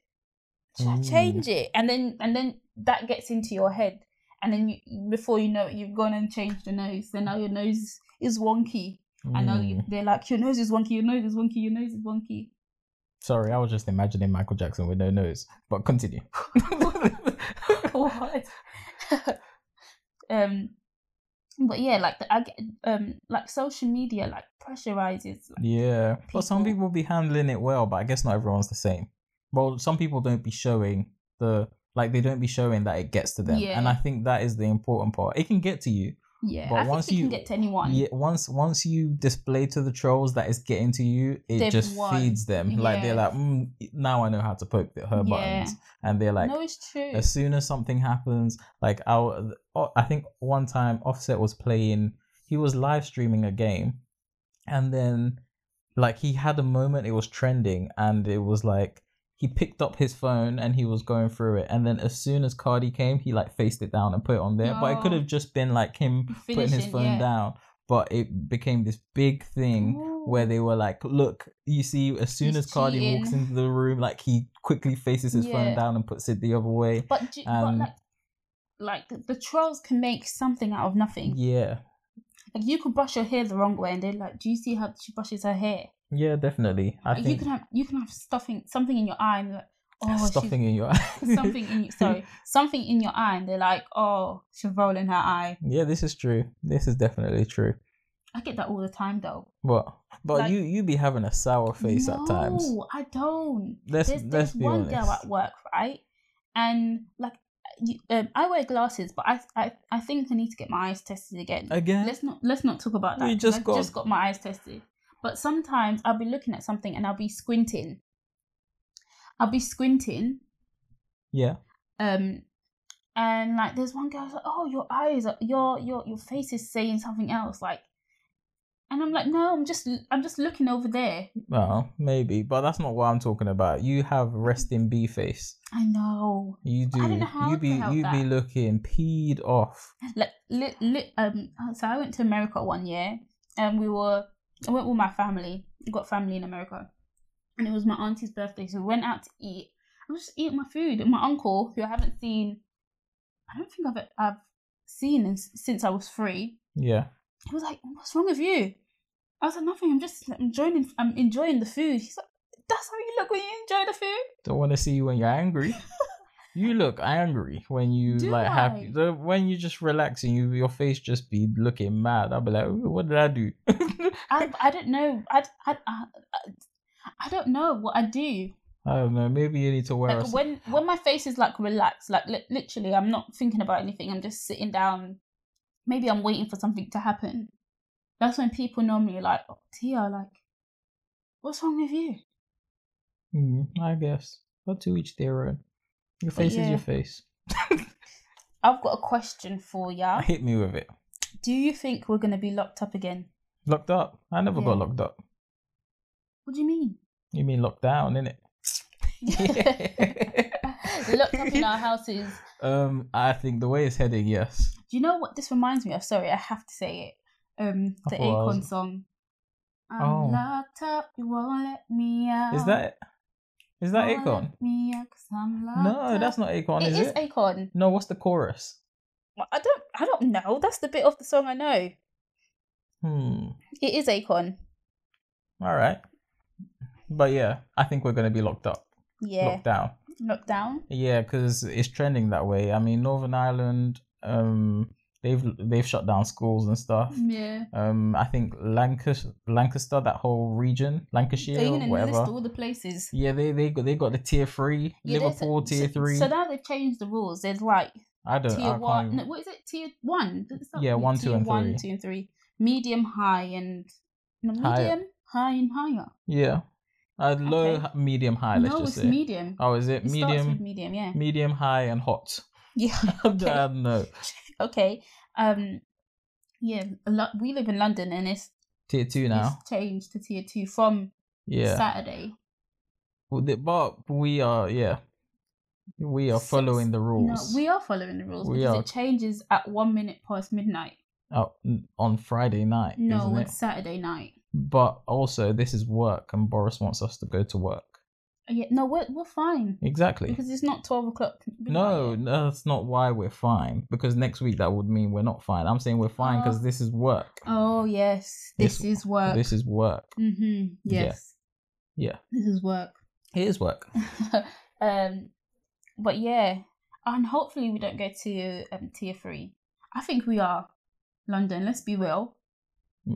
Should I
Mm.
change it? And then and then that gets into your head, and then you, before you know it, you've gone and changed your nose, and now your nose is wonky. And now you,
Mm.
they're like, your nose is wonky, your nose is wonky, your nose is wonky.
Sorry, I was just imagining Michael Jackson with no nose. But continue.
what? um, but yeah, like the, I get, um, like social media like pressurizes.
yeah. But some
People-
people be handling it well, but I guess not everyone's the same. Well, some people don't be showing the like they don't be showing that it gets to them. And
Yeah.
I think that is the important part. It can get to you.
Yeah,
But
I
once
think you
you-
can get to anyone.
Yeah, once once you display to the trolls that it's getting to you, it
They've
just
won.
feeds them. Like they're
Yeah.
like, mm, now I know how to poke the, her
Yeah.
buttons, and they're like,
no, it's true.
as soon as something happens, like I, w- oh, I think one time Offset was playing, he was live streaming a game, and then like he had a moment it was trending, and it was like he picked up his phone and he was going through it, and then as soon as Cardi came, he like faced it down and put it on there, but it could
Oh.
have just been like him putting his
Finishing,
phone
yeah.
down, but it became this big thing where they were like, "Look, you see, as soon
He's
as Cardi walks
cheating."
into the room, like he quickly faces his
Yeah.
phone down and puts it the other way."
But, do,
Um,
but like, like the trolls can make something out of nothing.
Yeah,
Like you could brush your hair the wrong way, and they're like, "Do you see how she brushes her hair?"
yeah, definitely. I
Like, you
think
can have you can have stuffing something in your eye, and they're like, "Oh,
stuffing in your eye.
she's, something in you, sorry, something in your eye," and they're like, "Oh, she's rolling her eye."
Yeah, this is true. This is definitely true.
I get that all the time, though.
But but
Like-
you you be having a sour face
no,
at times.
I don't.
Let's
There's,
let's
there's
be
one
honest.
girl at work, right? And like, you, um, I wear glasses, but I, I I think I need to get my eyes tested again.
Again,
let's not let's not talk about
You
that. 'cause
just
I've
got-
just got my eyes tested. But sometimes I'll be looking at something and I'll be squinting. I'll be squinting.
yeah,
Um and like there's one girl like, Oh, your eyes are your your your face is saying something else, like and I'm like, No, I'm just I'm just looking over there.
well, maybe, but that's not what I'm talking about. You have resting B face.
I know.
You
I
do.
don't know how
you
to
be
help
you be
that.
looking peed off.
like li- li- um so i went to america one year and we were i went with my family I've got family in america and it was my auntie's birthday so we went out to eat i was just eating my food and my uncle who i haven't seen i don't think i've, I've seen in, since i was three
Yeah.
he was like what's wrong with you i was like nothing i'm just enjoying i'm enjoying the food he's like that's how you look when you enjoy the food
Don't want to see you when you're angry. you look angry when you
Do
like happy.
I?
the- When you just relax and you your face just be looking mad. I'll be like, "Ooh, what did I do?
i, I don't know I, I, I, I don't know what i do
I don't know. Maybe you need to wear. a
like
s-
when when my face is like relaxed like li- literally i'm not thinking about anything i'm just sitting down maybe i'm waiting for something to happen that's when people normally are like oh, tia like what's wrong with you
Hmm, I guess. But to each their own. Your
But
face is
yeah.
your face.
i've got a question for ya
Hit me with it.
do you think we're going to be locked up again
Locked up. I never got
Yeah.
locked up.
what do you mean
You mean locked down, innit?
locked up in our houses
Um, I think the way it's heading, yes.
do you know what this reminds me of sorry i have to say it um
I
the
thought I was-
akon song i'm
Oh.
locked up you won't let me out
Is that is that
Don't
Akon?
let me out 'cause I'm
No,
locked
that's
up.
not Akon,
Uh, It
is
is
it?
Akon.
No, what's the chorus?
Well, I don't. I don't know. That's the bit of the song I know.
Hmm.
It is Akon.
All right. But yeah, I think we're going to be locked up,
Yeah.
locked down.
Locked down.
Yeah, because it's trending that way. I mean, Northern Ireland, um, they've they've shut down schools and stuff.
Yeah.
Um, I think Lancaster, Lancaster, that whole region,
Are
Lancashire,
you
or
gonna list
whatever.
all the places?
Yeah, they they got they got the tier three,
Yeah, there's-
Liverpool tier
so,
three.
So now they've changed the rules. There's like
I don't. I
tier
can't
one.
even-
No, what is it? Tier one. It's not
Yeah, one, two,
tier
and
one,
three.
two, and three. Medium, high, and no, medium,
Higher.
high, and higher.
Yeah, uh, low,
Okay.
h- medium, high. Let's
no,
just
it's
say.
medium.
oh, is it
It starts with
medium,
medium. Yeah.
medium, high, and hot?
Yeah.
I don't know.
okay. Um, yeah, a lot, we live in London and it's,
Tier two now.
it's changed to tier two from
Yeah.
Saturday.
Well, the- But we are, yeah, we are
Six-
following the
No,
rules.
we are following the rules
We
because
are.
it changes at one minute past midnight.
Oh, n- on Friday night,
No,
isn't
on
it?
Saturday night.
But also, this is work, and Boris wants us to go to work.
Uh, Yeah, no, we're we're fine
Exactly.
because it's not twelve o'clock.
No, no, that's not why we're fine. Because next week that would mean we're not fine. I'm saying we're fine because
Oh.
this is work.
Oh yes, this,
This-
is work.
This is work.
Mm-hmm.
Yeah.
Yes.
Yeah.
This is work.
It is work.
um, but yeah, and hopefully we don't go to um tier three. I think we are London. Let's be real.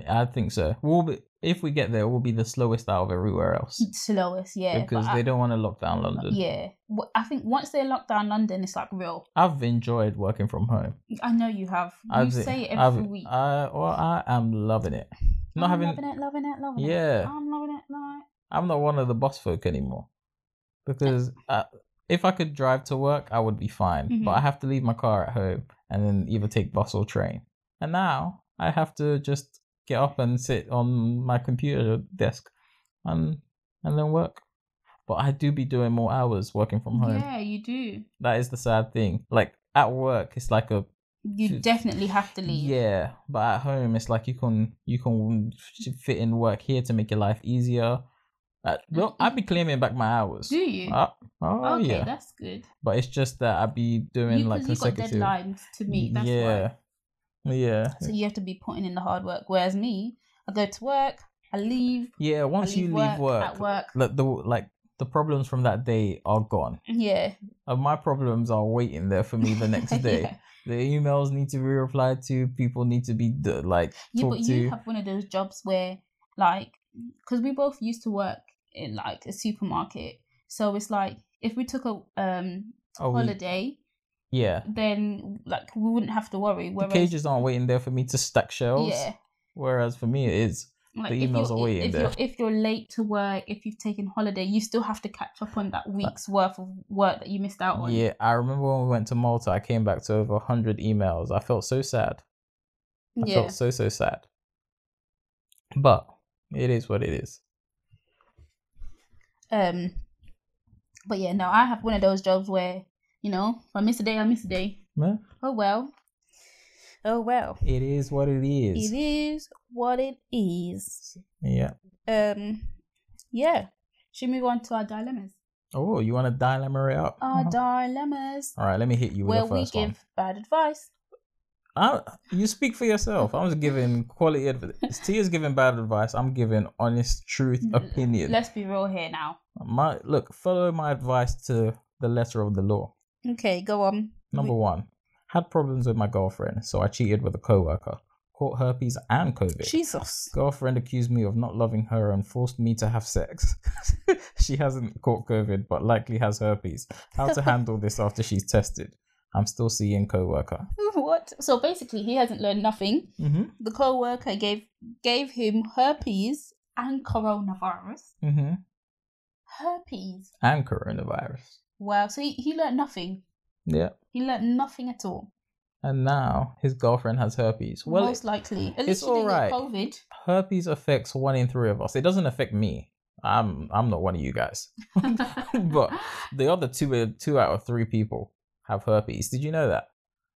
I think so. We'll be if we get there, we'll be the slowest out of everywhere else
Slowest, yeah. but
because
I-
they don't want to lock down London.
Yeah, Wh- I think once they lock down London, it's like real.
I've enjoyed working from home.
I know you have. You
I've,
say it every
I've,
week.
I, well, I am loving it. Not
I'm
having.
loving it, loving it, loving it.
yeah,
I'm loving it, loving it.
I'm not one of the boss folk anymore because uh, if I could drive to work, I would be fine.
Mhm.
But I have to leave my car at home and then either take bus or train. And now I have to just get up and sit on my computer desk and and then work. But I do be doing more hours working from home.
Yeah, you do.
That is the sad thing. Like at work, it's like a
You
Shoot.
definitely have to leave.
yeah, but at home it's like you can you can fit in work here to make your life easier. Uh, well, I'd be claiming back my hours.
Mm-hmm. Do you?
Uh, oh
okay,
yeah,
that's good.
but it's just that I'd be doing
you,
like
because you've got
consecutive.
deadlines to meet. That's
yeah,
why.
yeah,
So you have to be putting in the hard work. Whereas me, I go to work, I leave.
yeah.
I
Once
leave
you
work,
leave work,
at work.
like the like the problems from that day are gone.
Yeah.
And my problems are waiting there for me the next day.
yeah.
The emails need to be replied to. People need to be d- like
Yeah,
talked
but you
to.
have one of those jobs where, like, because we both used to work in like a supermarket, so it's like if we took a um
Oh, we-
holiday,
yeah.
then like we wouldn't have to worry.
The
Whereas,
cages aren't waiting there for me to stack shelves.
yeah,
Whereas for me, it is.
like
the
if
emails
you're-
are waiting
if
there.
You're, if you're late to work, if you've taken holiday, you still have to catch up on that week's worth of work that you missed out on.
Uh, Yeah, I remember when we went to Malta, I came back to over 100 emails. I felt so sad. I
yeah.
felt so, so sad. But it is what it is.
Um, but yeah, no, I have one of those jobs where you know if I miss a day, I miss a day.
Meh,
Oh well. Oh well.
It is what it is.
It is what it is.
Yeah.
Um, yeah. Should we move on to our dilemmas?
Oh, you want to dilemma it up?
Our dilemmas,
All right, let me hit Uh-huh. you with
where
the
Uh, we
first
give
one.
bad advice.
I, you speak for yourself. I was giving quality advice. Tia's giving bad advice. I'm giving honest, truth,
L-
opinion.
Let's be real here now.
my look, follow my advice to the letter of the law.
Okay, go on.
Number one, had problems with my girlfriend, so I cheated with a coworker. Caught herpes and COVID.
Jesus.
girlfriend accused me of not loving her and forced me to have sex. she hasn't caught COVID, but likely has herpes. How to handle this after she's tested? I'm still seeing coworker.
What? So basically, he hasn't learned nothing.
Mm-hmm.
The co-worker gave gave him herpes and coronavirus.
Mm-hmm.
Herpes.
And coronavirus.
Wow. So he, he learned nothing.
Yeah.
He learned nothing at all.
And now his girlfriend has herpes. Well,
Most likely.
it's
At least he didn't
alright.
get COVID.
herpes affects one in three of us. It doesn't affect me. I'm I'm not one of you guys. But the other two two out of three people have herpes. Did you know that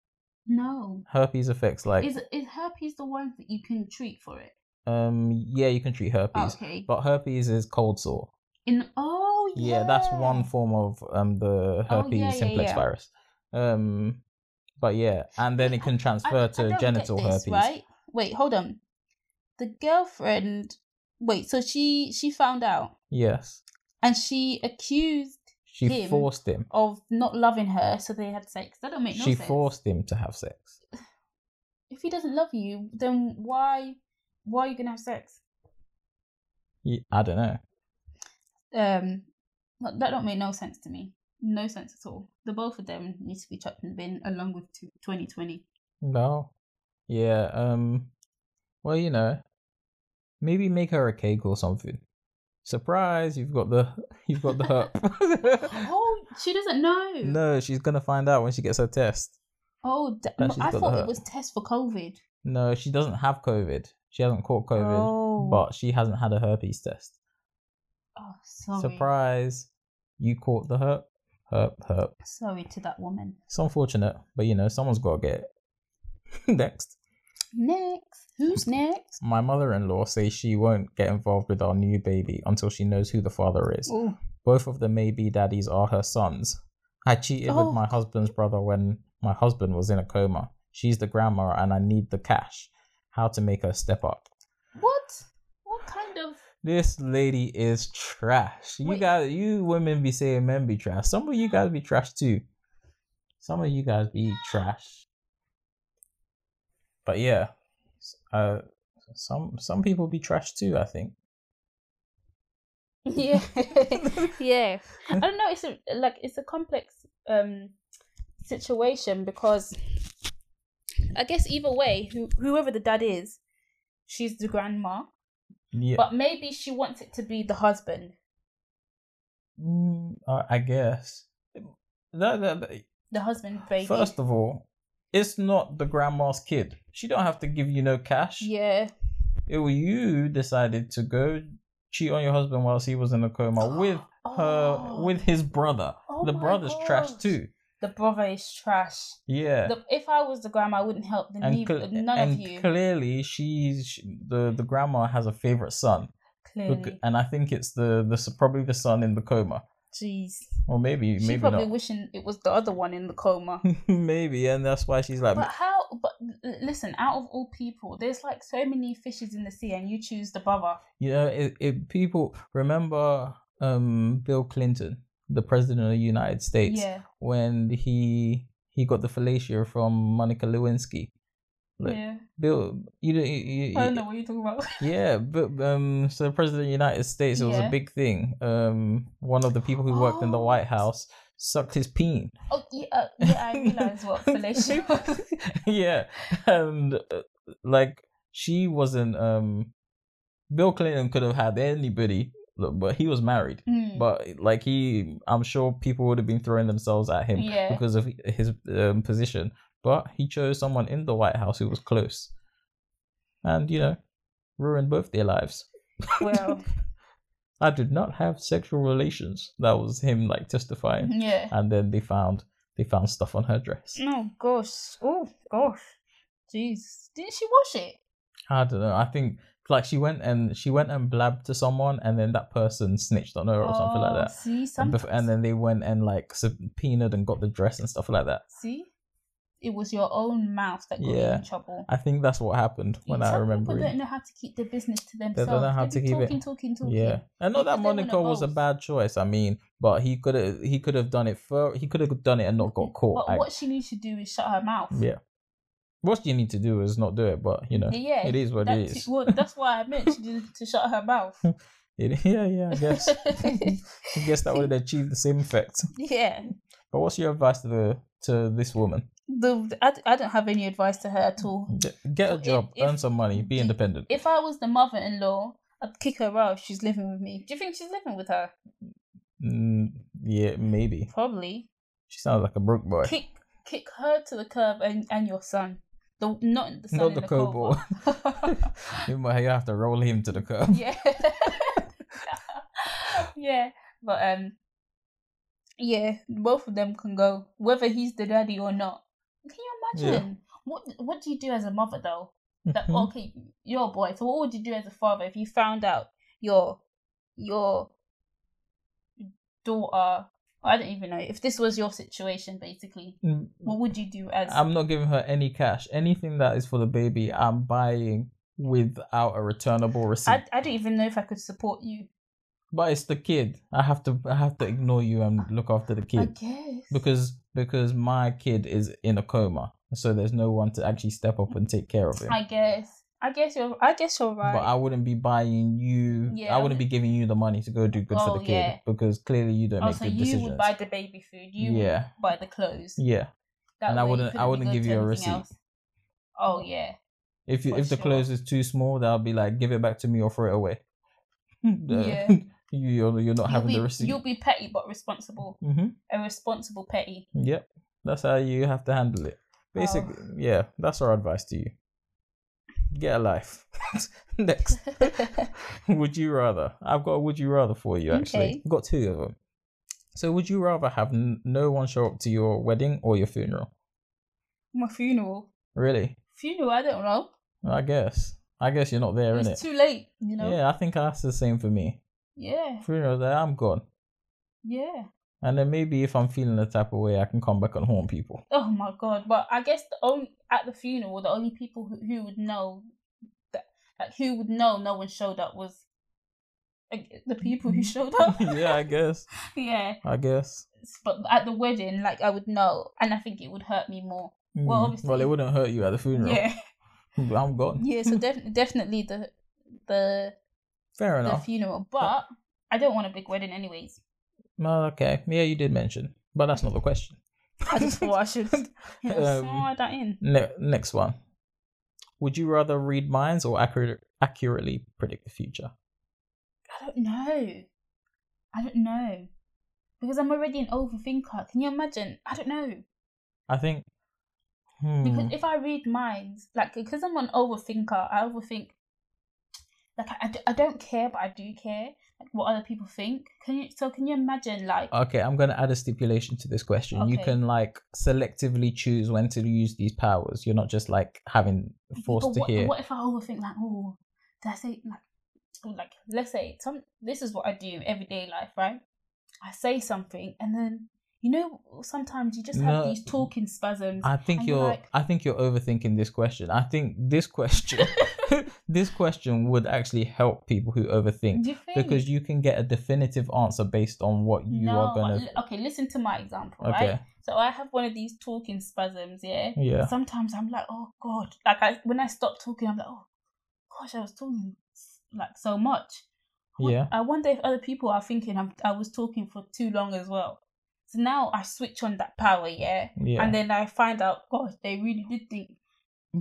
no.
herpes affects like
Is is herpes the ones that you can treat for it?
um yeah you can treat herpes,
okay.
but herpes is cold sore.
In oh yeah.
Yeah, that's one form of um the herpes
Oh, yeah, yeah,
simplex
yeah.
virus. Um, but yeah, and then it can
I-
transfer
I
to
don't get
genital
this,
herpes.
Right? Wait, hold on. The girlfriend. Wait, so she she found out
Yes,
and she accused
she
Him.
forced him.
of not loving her, so they had sex. That don't make no
She
sense.
forced him to have sex.
If he doesn't love you, then why why are you gonna have sex?
Ye- I don't know.
um that, that don't make no sense to me no sense at all the both of them need to be chucked in the bin along with t- 2020
No. Yeah, um well, you know, maybe make her a cake or something. Surprise, you've got the you've got the herp.
oh she doesn't know
no, she's gonna find out when she gets her test.
oh d-
That
no,
she's
i
got the
thought
herp.
it was test for covid,
No, she doesn't have COVID. She hasn't caught COVID,
oh
but she hasn't had a herpes test.
oh sorry
Surprise, you caught the herp. Herp, herp.
sorry to that woman
It's unfortunate, but you know, someone's gotta get it. Next.
next who's next
My mother in law says she won't get involved with our new baby until she knows who the father is.
oh
Both of the maybe daddies are her sons. I cheated
Oh.
with my husband's brother when my husband was in a coma. She's the grandma and I need the cash. How to make her step up.
What? What kind of?
This lady is trash. You
Wait.
guys, you women be saying men be trash. Some of you guys be trash too. Some of you guys be trash. But yeah, s- uh, some some people be trash too. I think.
Yeah,
yeah.
I don't know. It's a like it's a complex um situation because I guess either way, who, whoever the dad is, she's the grandma.
Yeah,
But maybe she wants it to be the husband.
Mm, I I guess. That, that, that-
The husband baby.
first of all, it's not the grandma's kid. She don't have to give you no cash.
yeah.
It was you decided to go cheat on your husband whilst he was in a coma with her
Oh.
with his brother.
Oh
the
my
brother's trash
gosh.
too.
The brother is trash.
Yeah.
The, if I was the grandma, I wouldn't help the
and
neith-
cl-
none
and
of you.
clearly she's sh the the grandma has a favorite son, who
clearly,
c- and I think it's the the s- probably the son in the coma,
jeez,
or maybe
she
maybe
probably
not, Um,
wishing it was the other one in the coma.
maybe, and that's why she's like,
but how? But l- listen, out of all people, there's like so many fishes in the sea, and you choose the brother.
you know, it, it people remember um Bill Clinton, the president of the United States,
yeah,
when he he got the fellatio from Monica Lewinsky. Look,
yeah.
Bill, you, don't- you, you
I don't know what you're talking about.
Yeah, but um, so the president of the United States, it was
Yeah.
a big thing. Um, one of the people who worked in the
Oh.
White House sucked his peen.
oh yeah, uh, yeah. I realize what fellatio. was.
yeah, and uh, like she wasn't. Um, Bill Clinton could have had anybody, look, but he was married.
Mm.
But like he, I'm sure people would have been throwing themselves at him
Yeah.
because of his um, position. But he chose someone in the White House who was close, and you know, ruined both their lives.
well,
I did not have sexual relations. That was him like testifying.
yeah.
And then they found they found stuff on her dress.
Oh gosh. Oh gosh. Jeez. Didn't she wash it?
I don't know. I think like she went and she went and blabbed to someone, and then that person snitched on her or something like
Oh,
that.
See,
And,
sometimes.
bef- and then they went and like subpoenaed and got the dress and stuff like that.
See, it was your own mouth that got you
Yeah.
in trouble.
I think that's what happened when I
Some
remember
people
it.
don't know how to keep their business to themselves.
know how
They
to
be
keep it-
talking, talking, talking.
Yeah, and not
Because
that
they wanna
Monica was a
boast.
bad choice. I mean, but he could have he could have done it for he could have done it and not got caught.
Mm-hmm. But
I-
what she needs to do is shut her mouth.
Yeah. What you need to do is not do it, but you know,
Yeah,
it is what
that
it
too-
is.
well, that's why I meant she did to shut her mouth.
It, yeah, yeah, I guess. I guess that would achieve the same effect.
yeah.
But what's your advice to the to this woman?
The I, d- I don't have any advice to her at all.
G- Get a
If-
job,
if-
earn some money, be independent.
If I was the mother-in-law, I'd kick her out if she's living with me. Do you think she's living with her?
Mm, yeah, maybe.
Probably.
She sounds like a broke boy.
Kick kick her to the curb and, and your son. The not the son
Not
in
the
the
cobalt.
cobalt.
You might have to roll him to the curb.
yeah yeah but um yeah both of them can go whether he's the daddy or not can you
Yeah. Mm-hmm.
imagine what what do you do as a mother though that okay you're a boy so what would you do as a father if you found out your your daughter i don't even know if this was your situation basically
Mm,
what would you do as
I'm not giving her any cash. Anything that is for the baby, I'm buying without a returnable receipt.
I, I don't even know if i could support you
But it's the kid. I have to I have to ignore you and look after the
i
kid
guess
because because my kid is in a coma, so there's no one to actually step up and take care of him.
I guess. I guess you're. I guess you're right.
But I wouldn't be buying you.
Yeah,
I
I
wouldn't be giving you the money to go do good
Oh,
for the kid
yeah.
because clearly you don't
oh,
make
so
good
you
decisions.
would buy the baby food. You
yeah,
would buy the clothes.
yeah.
That
and I
way you
wouldn't- I
couldn't be
wouldn't
good
give
to
you a
anything
receipt.
else. Oh yeah.
If you
For
if the
sure.
clothes is too small, they'll be like, give it back to me or throw it away.
Yeah.
you you're, you're not
You'll
having
be,
the receipt.
you'll be petty but responsible.
hmm
A responsible petty.
Yep. That's how you have to handle it.
Oh.
Basically, yeah, that's our advice to you. Get a life. Next. would you rather? I've got a would you rather for you, actually.
Okay.
I've got two of them. So, would you rather have n- no one show up to your wedding or your funeral?
My funeral.
Really?
Funeral. I don't know.
I guess. I guess you're not there,
it's
innit?
too late. You know.
Yeah, I think that's the same for me.
Yeah.
Funeral, I'm gone.
Yeah.
And then maybe if I'm feeling the type of way, I can come back and haunt people.
Oh my god! But I guess the only at the funeral, the only people who, who would know that like, who would know no one showed up was like, the people who showed up.
yeah, I guess.
yeah,
I guess.
but at the wedding, like I would know, and I think it would hurt me more. Well,
Mm.
obviously-
well, it wouldn't hurt you at the funeral.
Yeah,
I'm gone.
yeah. So definitely, definitely the the
Fair
the
enough.
funeral, but I don't want a big wedding, anyways.
Well, okay. Yeah, you did mention, but that's not the question.
I just thought I should you know,
Um,
slide that in.
Ne- next one. Would you rather read minds or accurate- accurately predict the future?
I don't know. I don't know. Because I'm already an overthinker. Can you imagine? I don't know.
I think. Hmm.
Because if I read minds, like, because I'm an overthinker, I overthink. Like, I, I d- I don't care, but I do care. Like, what other people think. Can you? So, can you imagine, like,
Okay, I'm going to add a stipulation to this question. You
Okay.
can like selectively choose when to use these powers. You're not just like having forced
but
to
what,
hear.
what if I overthink? Like, oh, did I say like, oh, like let's say some. This is what I do in everyday life, right? I say something, and then you know sometimes you just have
No. mm,
these talking spasms.
I think
and
you're.
you're like-
I think you're overthinking this question. I think this question, this question would actually help people who overthink
do you think?
because you can get a definitive answer based on what you
no,
are gonna.
li- okay, listen to my example,
Okay.
right? So I have one of these talking spasms, yeah.
Yeah.
Sometimes I'm like, oh god, like I when I stop talking, I'm like, oh gosh, I was talking s- like so much. I won-
Yeah.
I wonder if other people are thinking I'm, I was talking for too long as well. So now I switch on that power, yeah?
Yeah.
And then I find out, gosh, they really did think.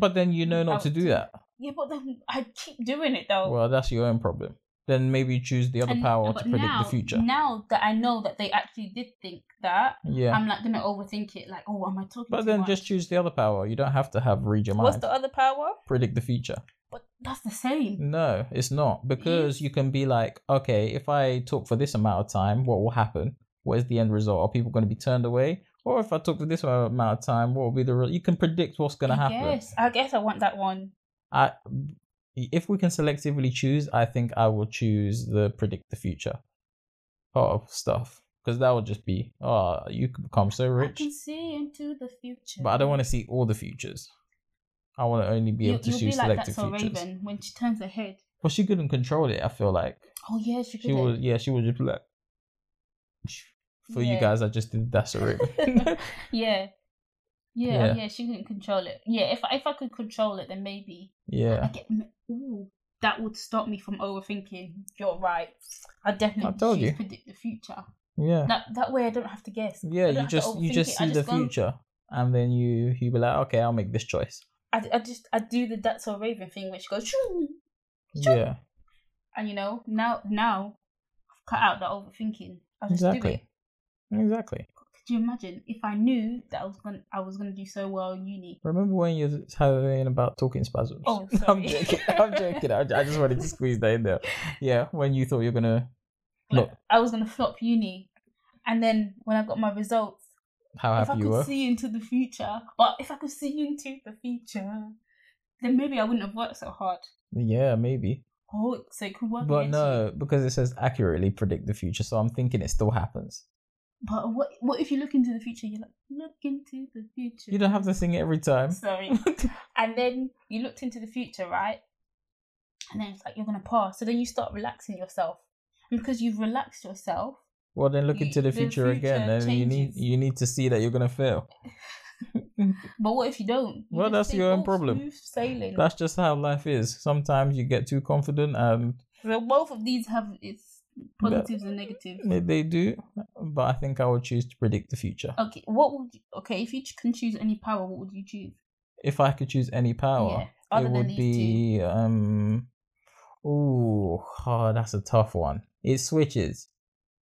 but then you know not
I
to
would
do
do
that.
Yeah, but then I keep doing it though.
Well, that's your own problem. Then maybe choose the other
Oh. And-
power to
but
predict
now,
the future.
Now that I know that they actually did think that,
yeah.
I'm like gonna overthink it. Like, oh, am I talking?
but
too
then
much?
just choose the other power. You don't have to have read your mind.
what's the other power?
predict the future.
But that's the same.
No, it's not because
is.
you can be like, okay, if I talk for this amount of time, what will happen? What is the end result? Are people going to be turned away? Or if I talk for this amount of time, what will be the? Re- you can predict what's going to
I
happen.
guess. I guess I want that one.
I, if we can selectively choose, I think I will choose the predict the future part of stuff because that would just be, oh, you could become so
I
rich,
can see into the future.
but I don't want to see all the futures. I want to only be
You,
able to
you'll be
choose
like that
selective
so
futures.
Raven when she turns her head.
Well, she couldn't control it. I feel like
Oh yeah, she
she
could.
was, yeah, she was just like. For you
Yeah.
guys, I just did that's a
yeah.
Raven.
yeah.
Yeah.
Yeah, she couldn't control it. Yeah, if I, if I could control it, then maybe I
yeah,
get. m- Ooh, that would stop me from overthinking. You're right. I definitely
I told
choose
you.
predict the future.
yeah,
That that way, I don't have to guess.
yeah.
I don't
You
have to
just you
overthink
just
it. I
see the
go-
future, and then you you be like, okay, I'll make this choice.
I, I just I do the that's or Raven thing, which goes, "Shoo!" Sure.
Yeah,
and you know now now I've cut out the overthinking. I just do it.
exactly, exactly.
Could you imagine if I knew that I was gonna I was gonna do so well in uni?
Remember when you was having about talking spasms?
Oh,
I'm
sorry.
joking. I'm joking. I, I just wanted to squeeze that in there. Yeah, when you thought you're gonna
Like,
Look.
I was gonna flop uni, and then when I got my results,
how
if I
happy you were.
could see into the future, but if I could see into the future, then maybe I wouldn't have worked so hard.
yeah, maybe.
Oh, so it could work.
But
against you.
no, because it says accurately predict the future, so I'm thinking it still happens.
But what what if you look into the future? You're like look into the future.
You don't have to sing it every time.
Sorry. and then you looked into the future, right? And then it's like you're gonna pass. So then you start relaxing yourself, and because you've relaxed yourself,
Well, then look
You-
into the
the
future, again,
future
and you need
changes.
you need to see that you're gonna fail.
but what if you don't? You
Well,
just
that's
think,
your own
"Oh,
problem."
smooth Sailing.
That's just how life is. Sometimes you get too confident, and
so both of these have its positives and negatives.
they do. But I think I would choose to predict the future.
Okay, what would you, okay if you ch- can choose any power, what would you choose?
If I could choose any power,
Yeah, other
it
than
would
these
be um. Ooh, oh, that's a tough one. It switches.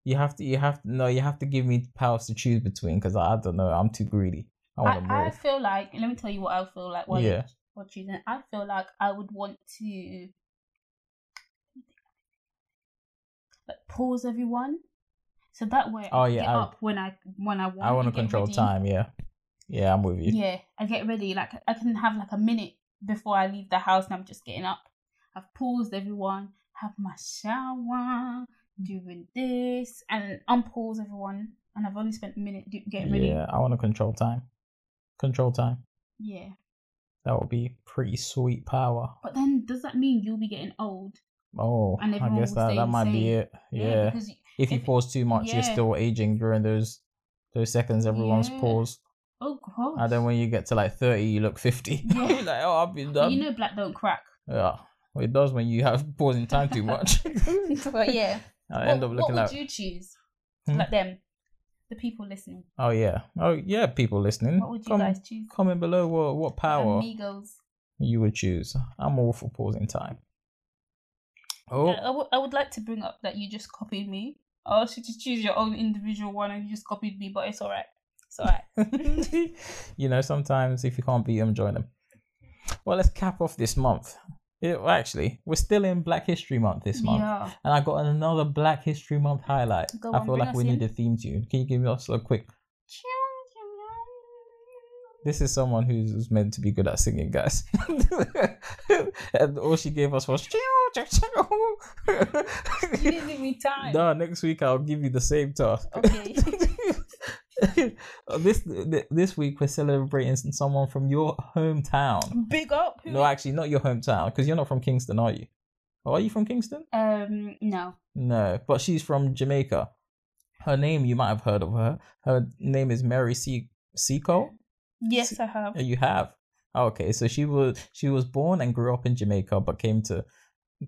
You have to. You have to. No, you have to give me powers to choose between because I, don't know. I'm too greedy. I want to
I, I
move.
feel like let me tell you what I feel like. While
Yeah.
yeah. You're choosing, I feel like I would want to like pause everyone, so that way
Oh,
I
yeah,
get
I-
up when I when I want.
I want to
and get
control
ready.
time. Yeah, yeah, I'm with you.
Yeah, I get ready. Like I can have like a minute before I leave the house, and I'm just getting up. I've paused everyone. Have my shower. doing this and unpause everyone. And I've only spent a minute do- getting ready.
Yeah, I want to control time. Control time.
Yeah.
That would be pretty sweet power.
But then, does that mean you'll be getting old?
Oh,
And
I
everyone
guess
will
that
stay
that
the
might be
same.
it. Yeah.
because
If you
if-
pause too much, you're
yeah.
still aging during those those seconds everyone's
Yeah.
paused.
oh god.
And then when you get to like 30, you look 50.
Yeah.
You're like, oh, I've been
But
done.
you know, black don't crack.
yeah. Well, it does when you have pausing time too much.
but yeah,
I
Mm. what,
end up looking
what
like,
would you choose?
Hmm?
Like them, the people listening.
oh, yeah. Oh, yeah, people listening.
What would you
Come-
guys choose?
Comment below what, what power
Amigos.
you would choose. I'm all for pausing time.
I
Oh,
I would- I would like to bring up that you just copied me. I asked you to choose your own individual one, and you just copied me. But it's alright. It's alright.
you know, sometimes if you can't beat them, join them. Well, let's cap off this month. Yeah, well, actually, we're still in Black History Month this month,
Yeah.
and I got another Black History Month highlight.
Go
I
on,
feel
bring
like
us
we need a
in.
theme tune. Can you give us a quick? This is someone who's who's meant to be good at singing, guys. and all she gave us was.
You didn't give me time.
no, next week I'll give you the same task.
Okay.
this th- this week we're celebrating someone from your hometown.
Big up. Who
No, actually, not your hometown because you're not from Kingston, are you? Oh, are you from Kingston?
um. No.
No, but she's from Jamaica. Her name you might have heard of her. Her name is Mary Se- Seacole.
Yes, I have.
Oh, You have. Okay, so she was she was born and grew up in Jamaica, but came to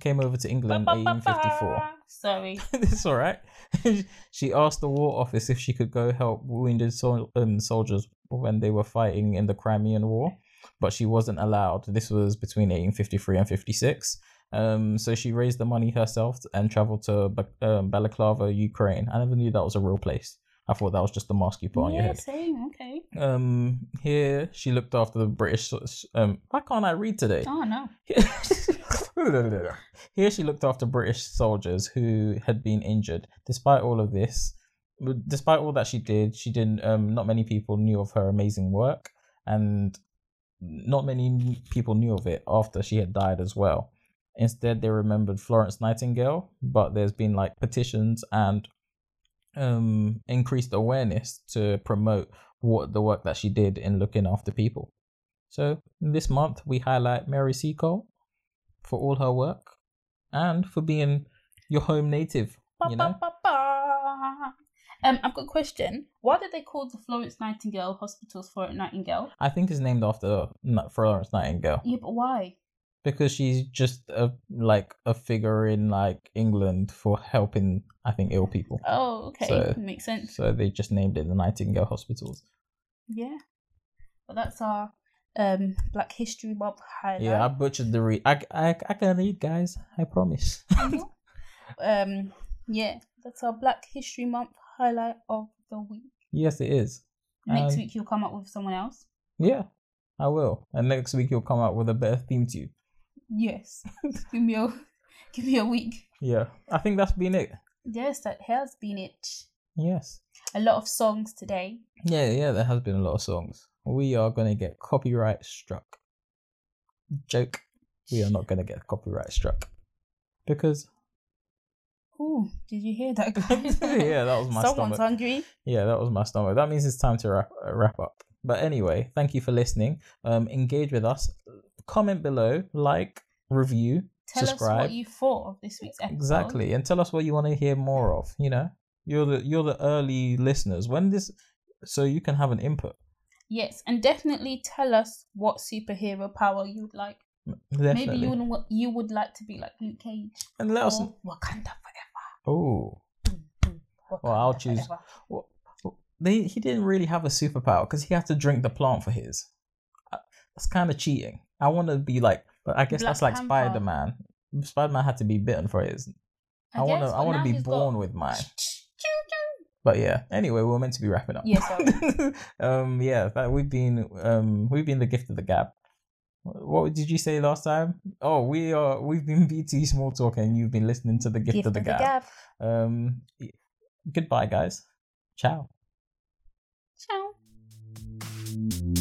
came over to England in 1854.
Sorry.
it's all right. she asked the War Office if she could go help wounded sol- um, soldiers when they were fighting in the Crimean War, but she wasn't allowed. This was between 1853 and 56. Um, so she raised the money herself and traveled to Ba- um, Balaclava, Ukraine. I never knew that was a real place. I thought that was just the mask you put on your
yeah,
head.
same. Okay.
Um, here she looked after the British. s- Um, why can't I read today?
Oh no.
Here she looked after British soldiers who had been injured. Despite all of this, despite all that she did, she didn't. Um, not many people knew of her amazing work, and not many people knew of it after she had died as well. Instead, they remembered Florence Nightingale, but there's been like petitions and um, increased awareness to promote what the work that she did in looking after people. So this month we highlight Mary Seacole for all her work and for being your home native.
Ba,
You know?
ba, ba, ba. Um, I've got a question. Why did they call the Florence Nightingale hospitals Florence Nightingale?
I think it's named after Na- Florence Nightingale
Yeah, but why?
because she's just a like a figure in like England for helping I think ill people.
Oh, okay,
So-
makes sense.
So they just named it the Nightingale Hospitals.
Yeah. But that's our um Black History Month highlight.
Yeah, I butchered the read. I, I I can read, guys. I promise.
um, yeah, that's our Black History Month highlight of the week.
yes, it is.
Next
Um,
week you'll come up with someone else.
Yeah, I will. And next week you'll come out with a better theme tune.
Yes. give me a, give me a week.
Yeah, I think that's been it.
Yes, that has been it.
Yes.
A lot of songs today.
Yeah, yeah, there has been a lot of songs. We are gonna get copyright struck. Joke. We are not gonna get copyright struck. Because
Ooh, did you hear that? guys?
yeah, that was my
Someone's
stomach.
hungry.
yeah, that was my stomach. That means it's time to wrap, uh, wrap up. But anyway, thank you for listening. Um, engage with us. Comment below, like, review,
Tell us
subscribe.
what you thought of this week's episode.
exactly, and tell us what you want to hear more of. You know, you're the you're the early listeners. When this, so you can have an input.
Yes, and definitely tell us what superhero power you'd like.
Definitely.
Maybe you would wa- you would like to be like Luke Cage
and let us.
or Wakanda forever.
Oh.
Wakanda
Well, I'll choose-
forever.
Well, well, they he didn't really have a superpower because he had to drink the plant for his. Uh, That's kind of cheating. I want to be like, but I guess
Black
that's like
Panther.
Spider Man. Spider Man had to be bitten for his. I, want to.
guess,
I
but
want
now
to be
he's got-
born with mine. But yeah. Anyway, we're meant to be wrapping up.
Yes, sorry.
um. Yeah. That we've been. Um. We've been the gift of the gab. What did you say last time? Oh, we are. We've been BT small talk, and you've been listening to the gift, of the gab.
gab.
Um. y- Goodbye, guys. Ciao.
Ciao.